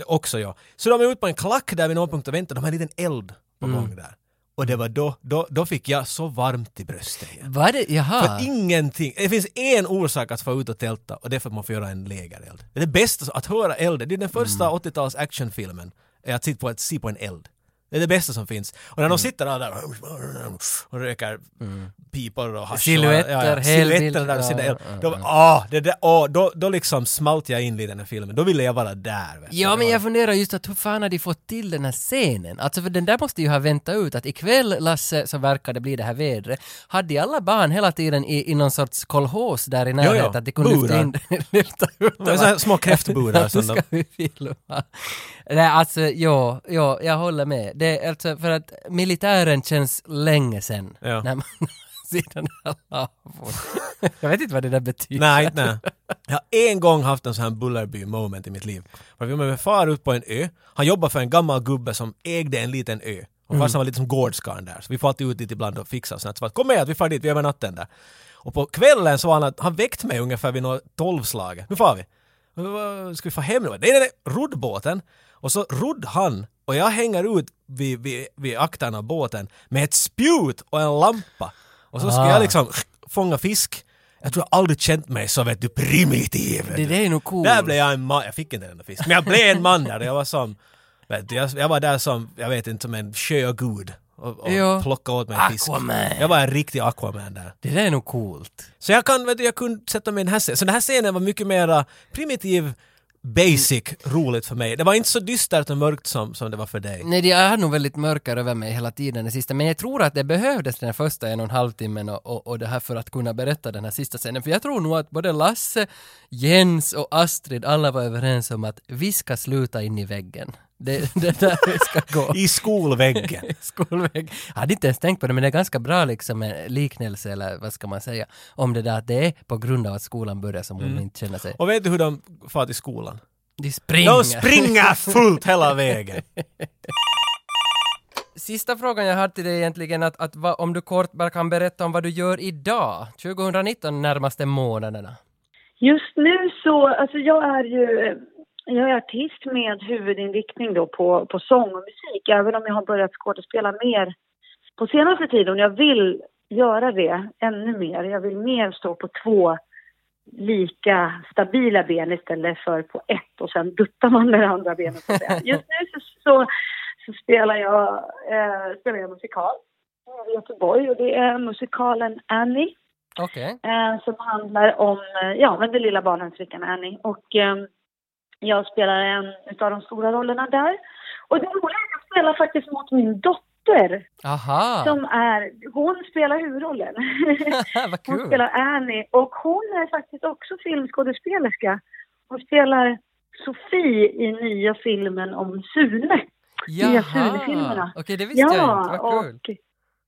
B: Också ja. Så de är ute på en klack där vid någon punkt och väntar, de har en liten eld på gång där. Och det var då, då, då fick jag så varmt i bröstet igen.
A: Var det? Jaha.
B: För ingenting, det finns en orsak att få ut och tälta och det är för att man får göra en lägereld.
A: Mm.
B: Det är det bästa, att höra elden, det är den första 80-tals actionfilmen, är att sitta på, att se på en eld. Det är det bästa som finns. Och
A: Mm.
B: när de sitter alla där och röker pipor och hasch. och-
A: Silhuetter,
B: ja, ja,
A: helbild.
B: Silhuetterna där vid sidan.
A: Ja, ja,
B: Då, ah, det där, ah, då, då liksom smalt jag in i den här filmen. Då ville jag vara där. Vet du.
A: Ja,
B: Det
A: men
B: var-
A: jag funderar just att hur fan har de fått till den här scenen? Alltså för den där måste ju ha väntat ut att ikväll, Lasse, så verkar det bli det här vädret. Hade alla barn hela tiden i, i någon sorts kolhås där i närheten
B: ja,
A: att de kunde lyfta
B: burar.
A: in, lyfta ut
B: Det är så här små kräftburar
A: Nu
B: som
A: ska
B: de...
A: vi filma. Nej, alltså ja, ja, jag håller med. Det är alltså för att militären känns länge sedan.
B: Ja.
A: När man ser den här lavon. Jag vet inte vad det där betyder.
B: Nej, nej. Jag har en gång haft en sån här Bullerby moment i mitt liv. För vi var med far ut på en ö. Han jobbade för en gammal gubbe som ägde en liten ö. Och farsan var lite som gårdskarn där. Så vi får alltid ut dit ibland och fixa och sånt. Så att, kom med, vi far dit, vi över natten där. Och på kvällen så var han att, han väckte mig ungefär vid något tolvslaget. Nu far vi. Och då var- Ska vi få hem nu? Nej, nej, nej, rodd båten. Och så rodd han och jag hänger ut vid, vid, vid aktern av båten med ett spjut och en lampa. Och så ska
A: Ah.
B: jag liksom fånga fisk. Jag tror jag aldrig känt mig så vet du primitiv. vet
A: Det
B: du.
A: där är nog coolt.
B: Där blev jag en man, jag fick inte den där fisken, men jag blev en man där och jag var som, vet du, jag, jag var där som, jag vet inte, som en sjögud och, och
A: Ja.
B: plockade åt mig en fisk.
A: Aquaman.
B: Jag var en riktig Aquaman där.
A: Det där är nog coolt.
B: Så jag kan, vet du, jag kunde sätta mig i den här scenen. Så den här scenen var mycket mer primitiv, basic, roligt för mig. Det var inte så dystert och mörkt som, som det var för dig.
A: Nej, det- jag hade nog väldigt mörker över mig hela tiden den sista, men jag tror att det behövdes den här första en och en halv timmen och, och, och det här för att kunna berätta den här sista scenen. För jag tror nog att både Lasse, Jens och Astrid, alla var överens om att vi ska sluta in i väggen. Det, det är där vi ska gå.
B: I skolväggen.
A: Skolväg. Jag hade inte ens tänkt på det, men det är ganska bra liksom eh, liknelse, eller vad ska man säga, om det där att det är på grund av att skolan börjar som hon inte känner sig.
B: Mm. Och vet du hur de far till skolan?
A: De springer.
B: De springer fullt hela vägen.
A: Sista frågan jag har till dig egentligen att, att va, om du kort bara kan berätta om vad du gör idag, 2019, närmaste månaderna.
D: Just nu så, alltså jag är ju, jag är artist med huvudinriktning då på, på sång och musik, även om jag har börjat skådespela mer på senaste tiden. Jag vill göra det ännu mer. Jag vill mer stå på två lika stabila ben istället för på ett och sen duttar man med det andra benet. Så att säga. Just nu så, så, så spelar, jag, eh, spelar jag musikal i Göteborg och det är musikalen Annie
A: Okej.
D: eh, som handlar om eh, ja, men det lilla barnens flickan Annie. Och eh, jag spelar en av de stora rollerna där. Och det roliga är att jag spelar faktiskt mot min dotter
A: Aha!
D: som är, hon spelar huvudrollen.
A: vad
D: hon
A: kul!
D: spelar Annie och hon är faktiskt också filmskådespelerska. Hon spelar Sofie i nya filmen om Sune. nya Sune-filmerna.
A: Okej, det visste jag inte. Vad kul!
D: och,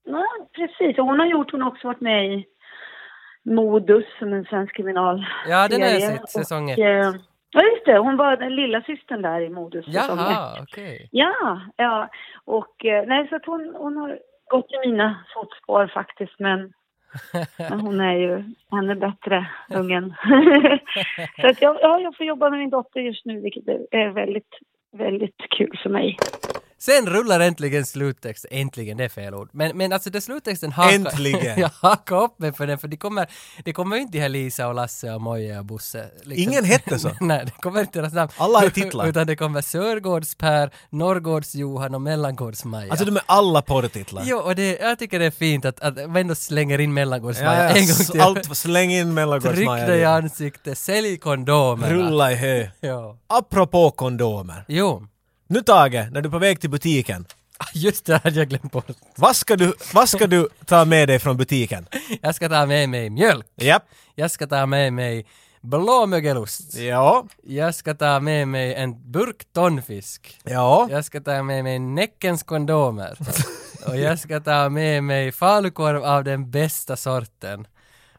D: ja, precis. Och hon har gjort, hon har också varit med i Modus som en svensk kriminal.
A: Ja, den har jag
D: serie.
A: sett, säsong
D: Och,
A: ett.
D: eh, Ja, just det. Hon var den lilla systern där i Modus. säsong ett.
A: Jaha, okej.
D: Ja, ja. Och eh, nej, så att hon, hon har gått i mina fotspår faktiskt, men, men hon är ju ännu bättre, ungen. så att jag, ja, jag får jobba med min dotter just nu, vilket är- är väldigt, väldigt kul för mig.
A: Sen rullar äntligen sluttexten. Äntligen, det är fel ord. Men, men alltså det sluttexten hakar...
B: Äntligen.
A: jag hakar upp mig för den, för det kommer, det kommer ju inte de här Lisa och Lasse och Moje och Bosse. liksom.
B: Ingen hette så.
A: Nej, det kommer inte deras namn.
B: Alla har titlar.
A: Utan det kommer Sörgårds-Per, Norrgårds-Johan och Mellangårds-Maja.
B: Alltså de är alla porrtitlar.
A: Jo, och det, jag tycker det är fint att, att man ändå slänger in Mellangårds-Maja
B: Ja, ja,
A: en gång till.
B: Allt, släng in
A: Tryck
B: mellangårdsmaja.
A: dig i
B: igen.
A: ansiktet, sälj kondomerna.
B: Rulla i hö.
A: Ja.
B: Apropå kondomer.
A: Jo,
B: Nu Tage, när du är på väg till butiken.
A: just det hade jag glömt bort.
B: Vad ska du, vad ska du ta med dig från butiken?
A: Jag ska ta med mig mjölk.
B: Japp.
A: Jag ska ta med mig blåmögelost.
B: Ja.
A: Jag ska ta med mig en burk tonfisk.
B: Ja.
A: Jag ska ta med mig Näckens kondomer. Och jag ska ta med mig falukorv av den bästa sorten.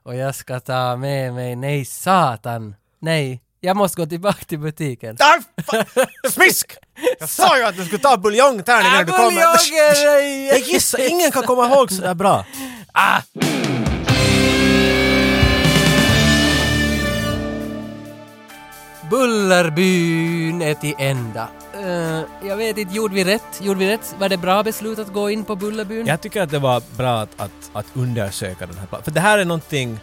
A: Och jag ska ta med mig, nej satan, nej, jag måste gå tillbaka till butiken.
B: Aj, fan. Äh, Smisk! Jag sa ju att du skulle ta buljongtärning när du kommer. Jag
A: Abuljonger!
B: gissar, ingen kan komma ihåg sådär bra.
A: Bullerbyn är till ända. Eh, jag vet inte, gjorde vi rätt? Gjorde vi rätt? Var det bra beslut att gå in på Bullerbyn?
B: Jag tycker att det var bra att, att, att undersöka den här platsen. För det här är någonting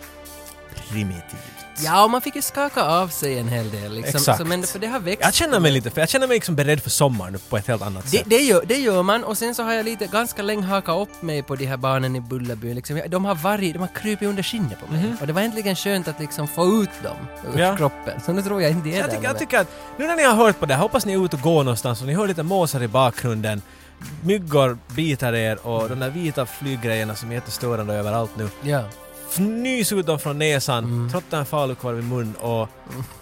B: primitivt.
A: Ja, och man fick ju skaka av sig en hel del. Liksom.
B: Exakt.
A: Så, men det, för det har växt.
B: Jag känner mig lite, för jag känner mig liksom beredd för sommaren på ett helt annat
A: Det,
B: sätt.
A: det, gör, det gör man och sen så har jag lite ganska länge hakat upp mig på de här barnen i Bullerby. Liksom. Jag- De har varit, de har krupit under skinnet på mig och det var äntligen skönt att liksom få ut dem ur
B: Mhm. Ja.
A: kroppen. Så nu tror jag inte det är
B: Jag
A: där
B: tycker, jag
A: med.
B: tycker att, nu när ni har hört på det här, hoppas ni är ute och går någonstans och ni hör lite måsar i bakgrunden. Myggor biter er och de där vita flyggrejerna som är jättestörande överallt nu.
A: Ja.
B: Fnys ut dem från näsan,
A: Mm.
B: trotta en falukorv i mun och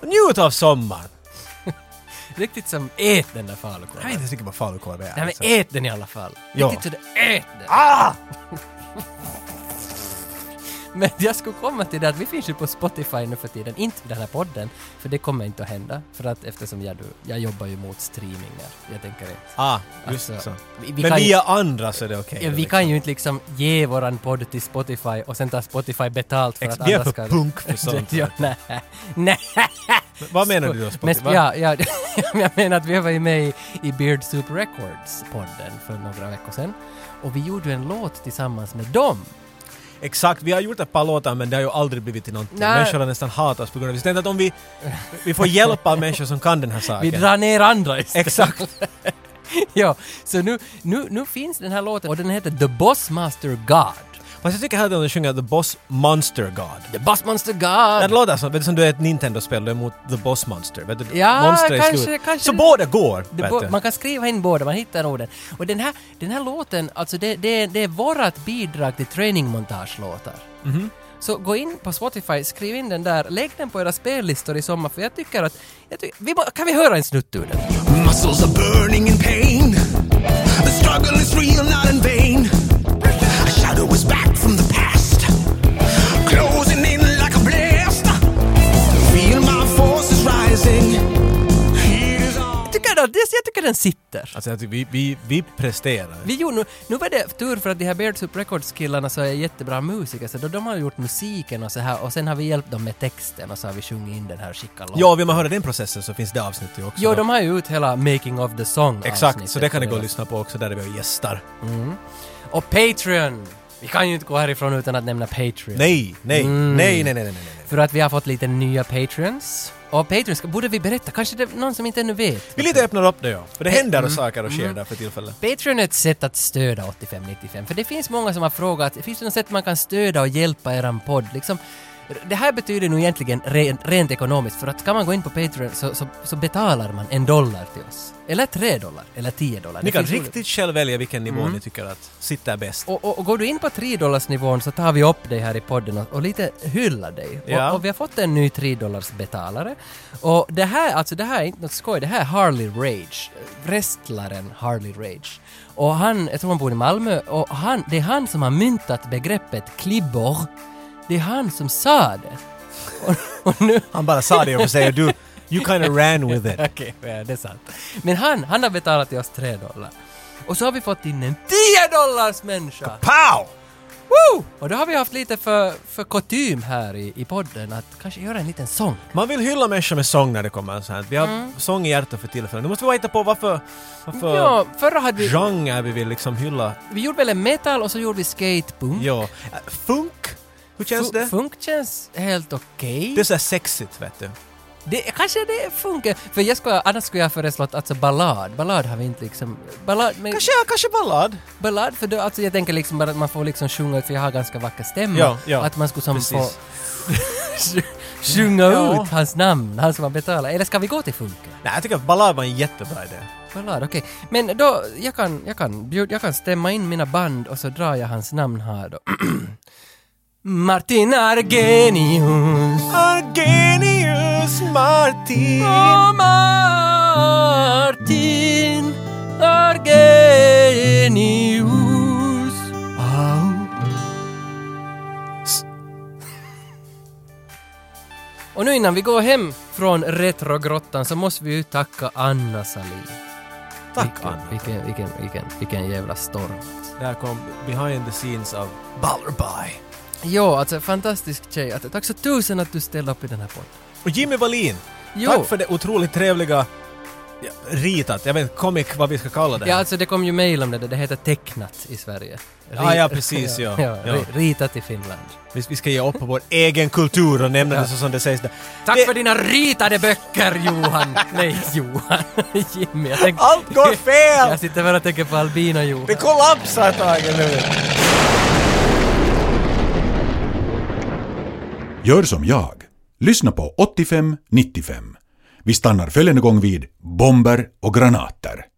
B: njut av sommaren!
A: Riktigt som ät den där falukorven.
B: Jag vet inte ens vilken vad falukorv är.
A: Nej men
B: alltså.
A: ät den i alla fall.
B: Ja.
A: Riktigt så det- ät den!
B: Ah!
A: Men jag skulle komma till det att vi finns ju på Spotify nu för tiden, inte den här podden, för det kommer inte att hända. För att eftersom jag, då- jag jobbar ju mot streamingar, jag tänker det.
B: Ah, just
A: Alltså,
B: så.
A: vi- vi
B: men
A: kan ju-
B: via andra så är det okej.
A: Ja, vi kan ju inte liksom ge våran podd till Spotify och sen tar Spotify betalt för
B: Ex-
A: att
B: vi är
A: andra
B: för
A: ska...
B: punk för sånt.
A: ja, nej. nej.
B: liksom. Vad menar du då Spotty?
A: Men,
B: Va?
A: ja, ja, jag menar att vi var ju med i, i Beard Soup Records-podden för några veckor sedan. Och vi gjorde ju en låt tillsammans med dem.
B: Exakt, vi har gjort ett par låtar men det har ju aldrig blivit till någonting.
A: Nej.
B: Människor har nästan hatat oss på grund av det. Så jag tänkte att om vi, vi får hjälpa människor som kan den här
A: Vi
B: saken.
A: drar ner andra istället.
B: Exakt.
A: ja, så nu, nu, nu finns den här låten och den heter The Boss Master God.
B: Fast jag tycker hellre att de sjunger The Boss Monster God.
A: The Boss Master
B: Det
A: God!
B: låter som, vet du, som du är ett Nintendo-spel, du är mot The Boss Monster. Vet du,
A: Ja,
B: Monster i
A: kanske-
B: slutet.
A: kanske
B: Så
A: det-
B: båda går,
A: Det
B: vet
A: bo-
B: du.
A: man kan skriva in båda, man hittar orden. Och den här, den här låten, alltså det, det, det är vårat bidrag till trainingmontagelåtar.
B: Mhm.
A: Så gå in på Spotify, skriv in den där, lägg den på era spellistor i sommar för jag tycker att... Jag tycker, vi bara, kan vi höra en snutt ur den?
K: Muscles are burning in pain. The struggle is real, not in vain. A shadow is back from the past, closing in like a blast. Feel my forces rising. Here's all.
A: Jag tycker, att det- jag tycker den sitter.
B: Alltså jag tycker vi, vi, vi presterar.
A: Vi gjorde, nu, nu var det tur för att de här Beards Up Records-killarna så är jättebra musiker, så då, de har gjort musiken och så här och sen har vi hjälpt dem med texten och så har vi sjungit in den här och skickat låten.
B: Ja, vill man höra den processen så finns det avsnittet ju också.
A: Jo, de har ju ut hela Making of the Song
B: Exakt, så det kan ni gå och lyssna på också, där är vi har gäster.
A: Och Patreon! Vi kan ju inte gå härifrån utan att nämna Patreon.
B: Nej, nej,
A: Mm.
B: nej, nej, nej, nej, nej, nej.
A: För att vi har fått lite nya Patreons. Och Patreons, borde vi berätta? Kanske det är någon som inte ännu vet?
B: Vi lite öppnar upp det ja, för det händer
A: Mm.
B: saker och sker där för tillfället.
A: Patreon är ett sätt att stödja 8595, för det finns många som har frågat, finns det något sätt man kan stödja och hjälpa eran podd? Liksom, det här betyder nu egentligen rent, rent ekonomiskt, för att kan man gå in på Patreon så, så, så betalar man en dollar till oss. Eller tre dollar, eller tio dollar.
B: Ni
A: Det
B: kan
A: finns
B: riktigt själv välja vilken nivå ni tycker att sitter bäst.
A: Mm. Och, och, och går du in på 3-dollarsnivån så tar vi upp dig här i podden och, och lite hyllar dig.
B: Ja.
A: Och, och vi har fått en ny 3-dollarsbetalare. Och det här, alltså det här är inte något skoj, det här är Harley Rage. eh, Wrestlaren Harley Rage. Och han, jag tror han bor i Malmö, och han, det är han som har myntat begreppet klibbor. Det är han som sa det. Och, och nu...
B: Han bara sa det och säger du, you kinda ran with it.
A: Okej, ja, det är sant. Men han, han har betalat till oss 3 dollar. Och så har vi fått in en 10 dollars människa!
B: Pow!
A: Woo! Och då har vi haft lite för, för kutym här i, i podden att kanske göra en liten sång.
B: Man vill hylla människor med sång när det kommer så här. Vi har
A: Mm.
B: sång i hjärtat för tillfället. Nu måste vi bara hitta på varför, varför
A: Ja, förra hade vi... Mm.
B: genre vi vill liksom hylla.
A: Vi gjorde väl en metal och så gjorde vi skatepunk.
B: Ja. Äh, Funk, hur känns
A: Fu-
B: det?
A: Funk känns helt okej.
B: Det är så här sexigt vet du.
A: Det, kanske det funkar. För jag skulle, annars skulle jag föreslått alltså ballad. Ballad har vi inte liksom... Ballad, men,
B: Kanske, kanske ballad.
A: ballad för då, alltså jag tänker liksom bara att man får liksom sjunga, för jag har ganska vacker stämma.
B: Ja, ja,
A: att man skulle som
B: precis.
A: få sjunga
B: Ja.
A: ut hans namn, han som har betalat. Eller ska vi gå till funken?
B: Nej, jag tycker att ballad var en jättebra idé.
A: Ballad, okej. Men då, jag kan, jag, kan bjud, jag kan stämma in mina band och så drar jag hans namn här då. Martin Argenius
B: Argenius Martin.
A: Åh Martin Argenius Au. Och nu innan vi går hem från Retrogrottan så måste vi ju tacka Anna Salin.
B: Tack
A: vilken,
B: Anna.
A: Vilken, vilken, vilken, vilken jävla storm.
B: Där kom behind the scenes av Ballerby.
A: Jo, alltså fantastisk tjej. Att- Tack så tusen att du ställde upp i den här podden.
B: Och Jimmy Wallin.
A: Jo.
B: Tack för det otroligt trevliga ritat, jag vet inte, comic, vad vi ska kalla det.
A: Ja, alltså det kom ju mejl om det där. det heter tecknat i Sverige.
B: Ja, ja, precis, ja. Ja.
A: ri- Ritat i Finland.
B: Vi, vi ska ge upp på vår egen kultur och nämna det så som det sägs där.
A: Tack för dina ritade böcker Johan! Nej, Johan. Jimmy, jag tänker...
B: Allt går fel!
A: Jag sitter bara och tänker på Albina Johan.
B: Det kollapsar Tage nu!
K: Gör som jag. Lyssna på 85-95. Vi stannar följande gång vid bomber och granater.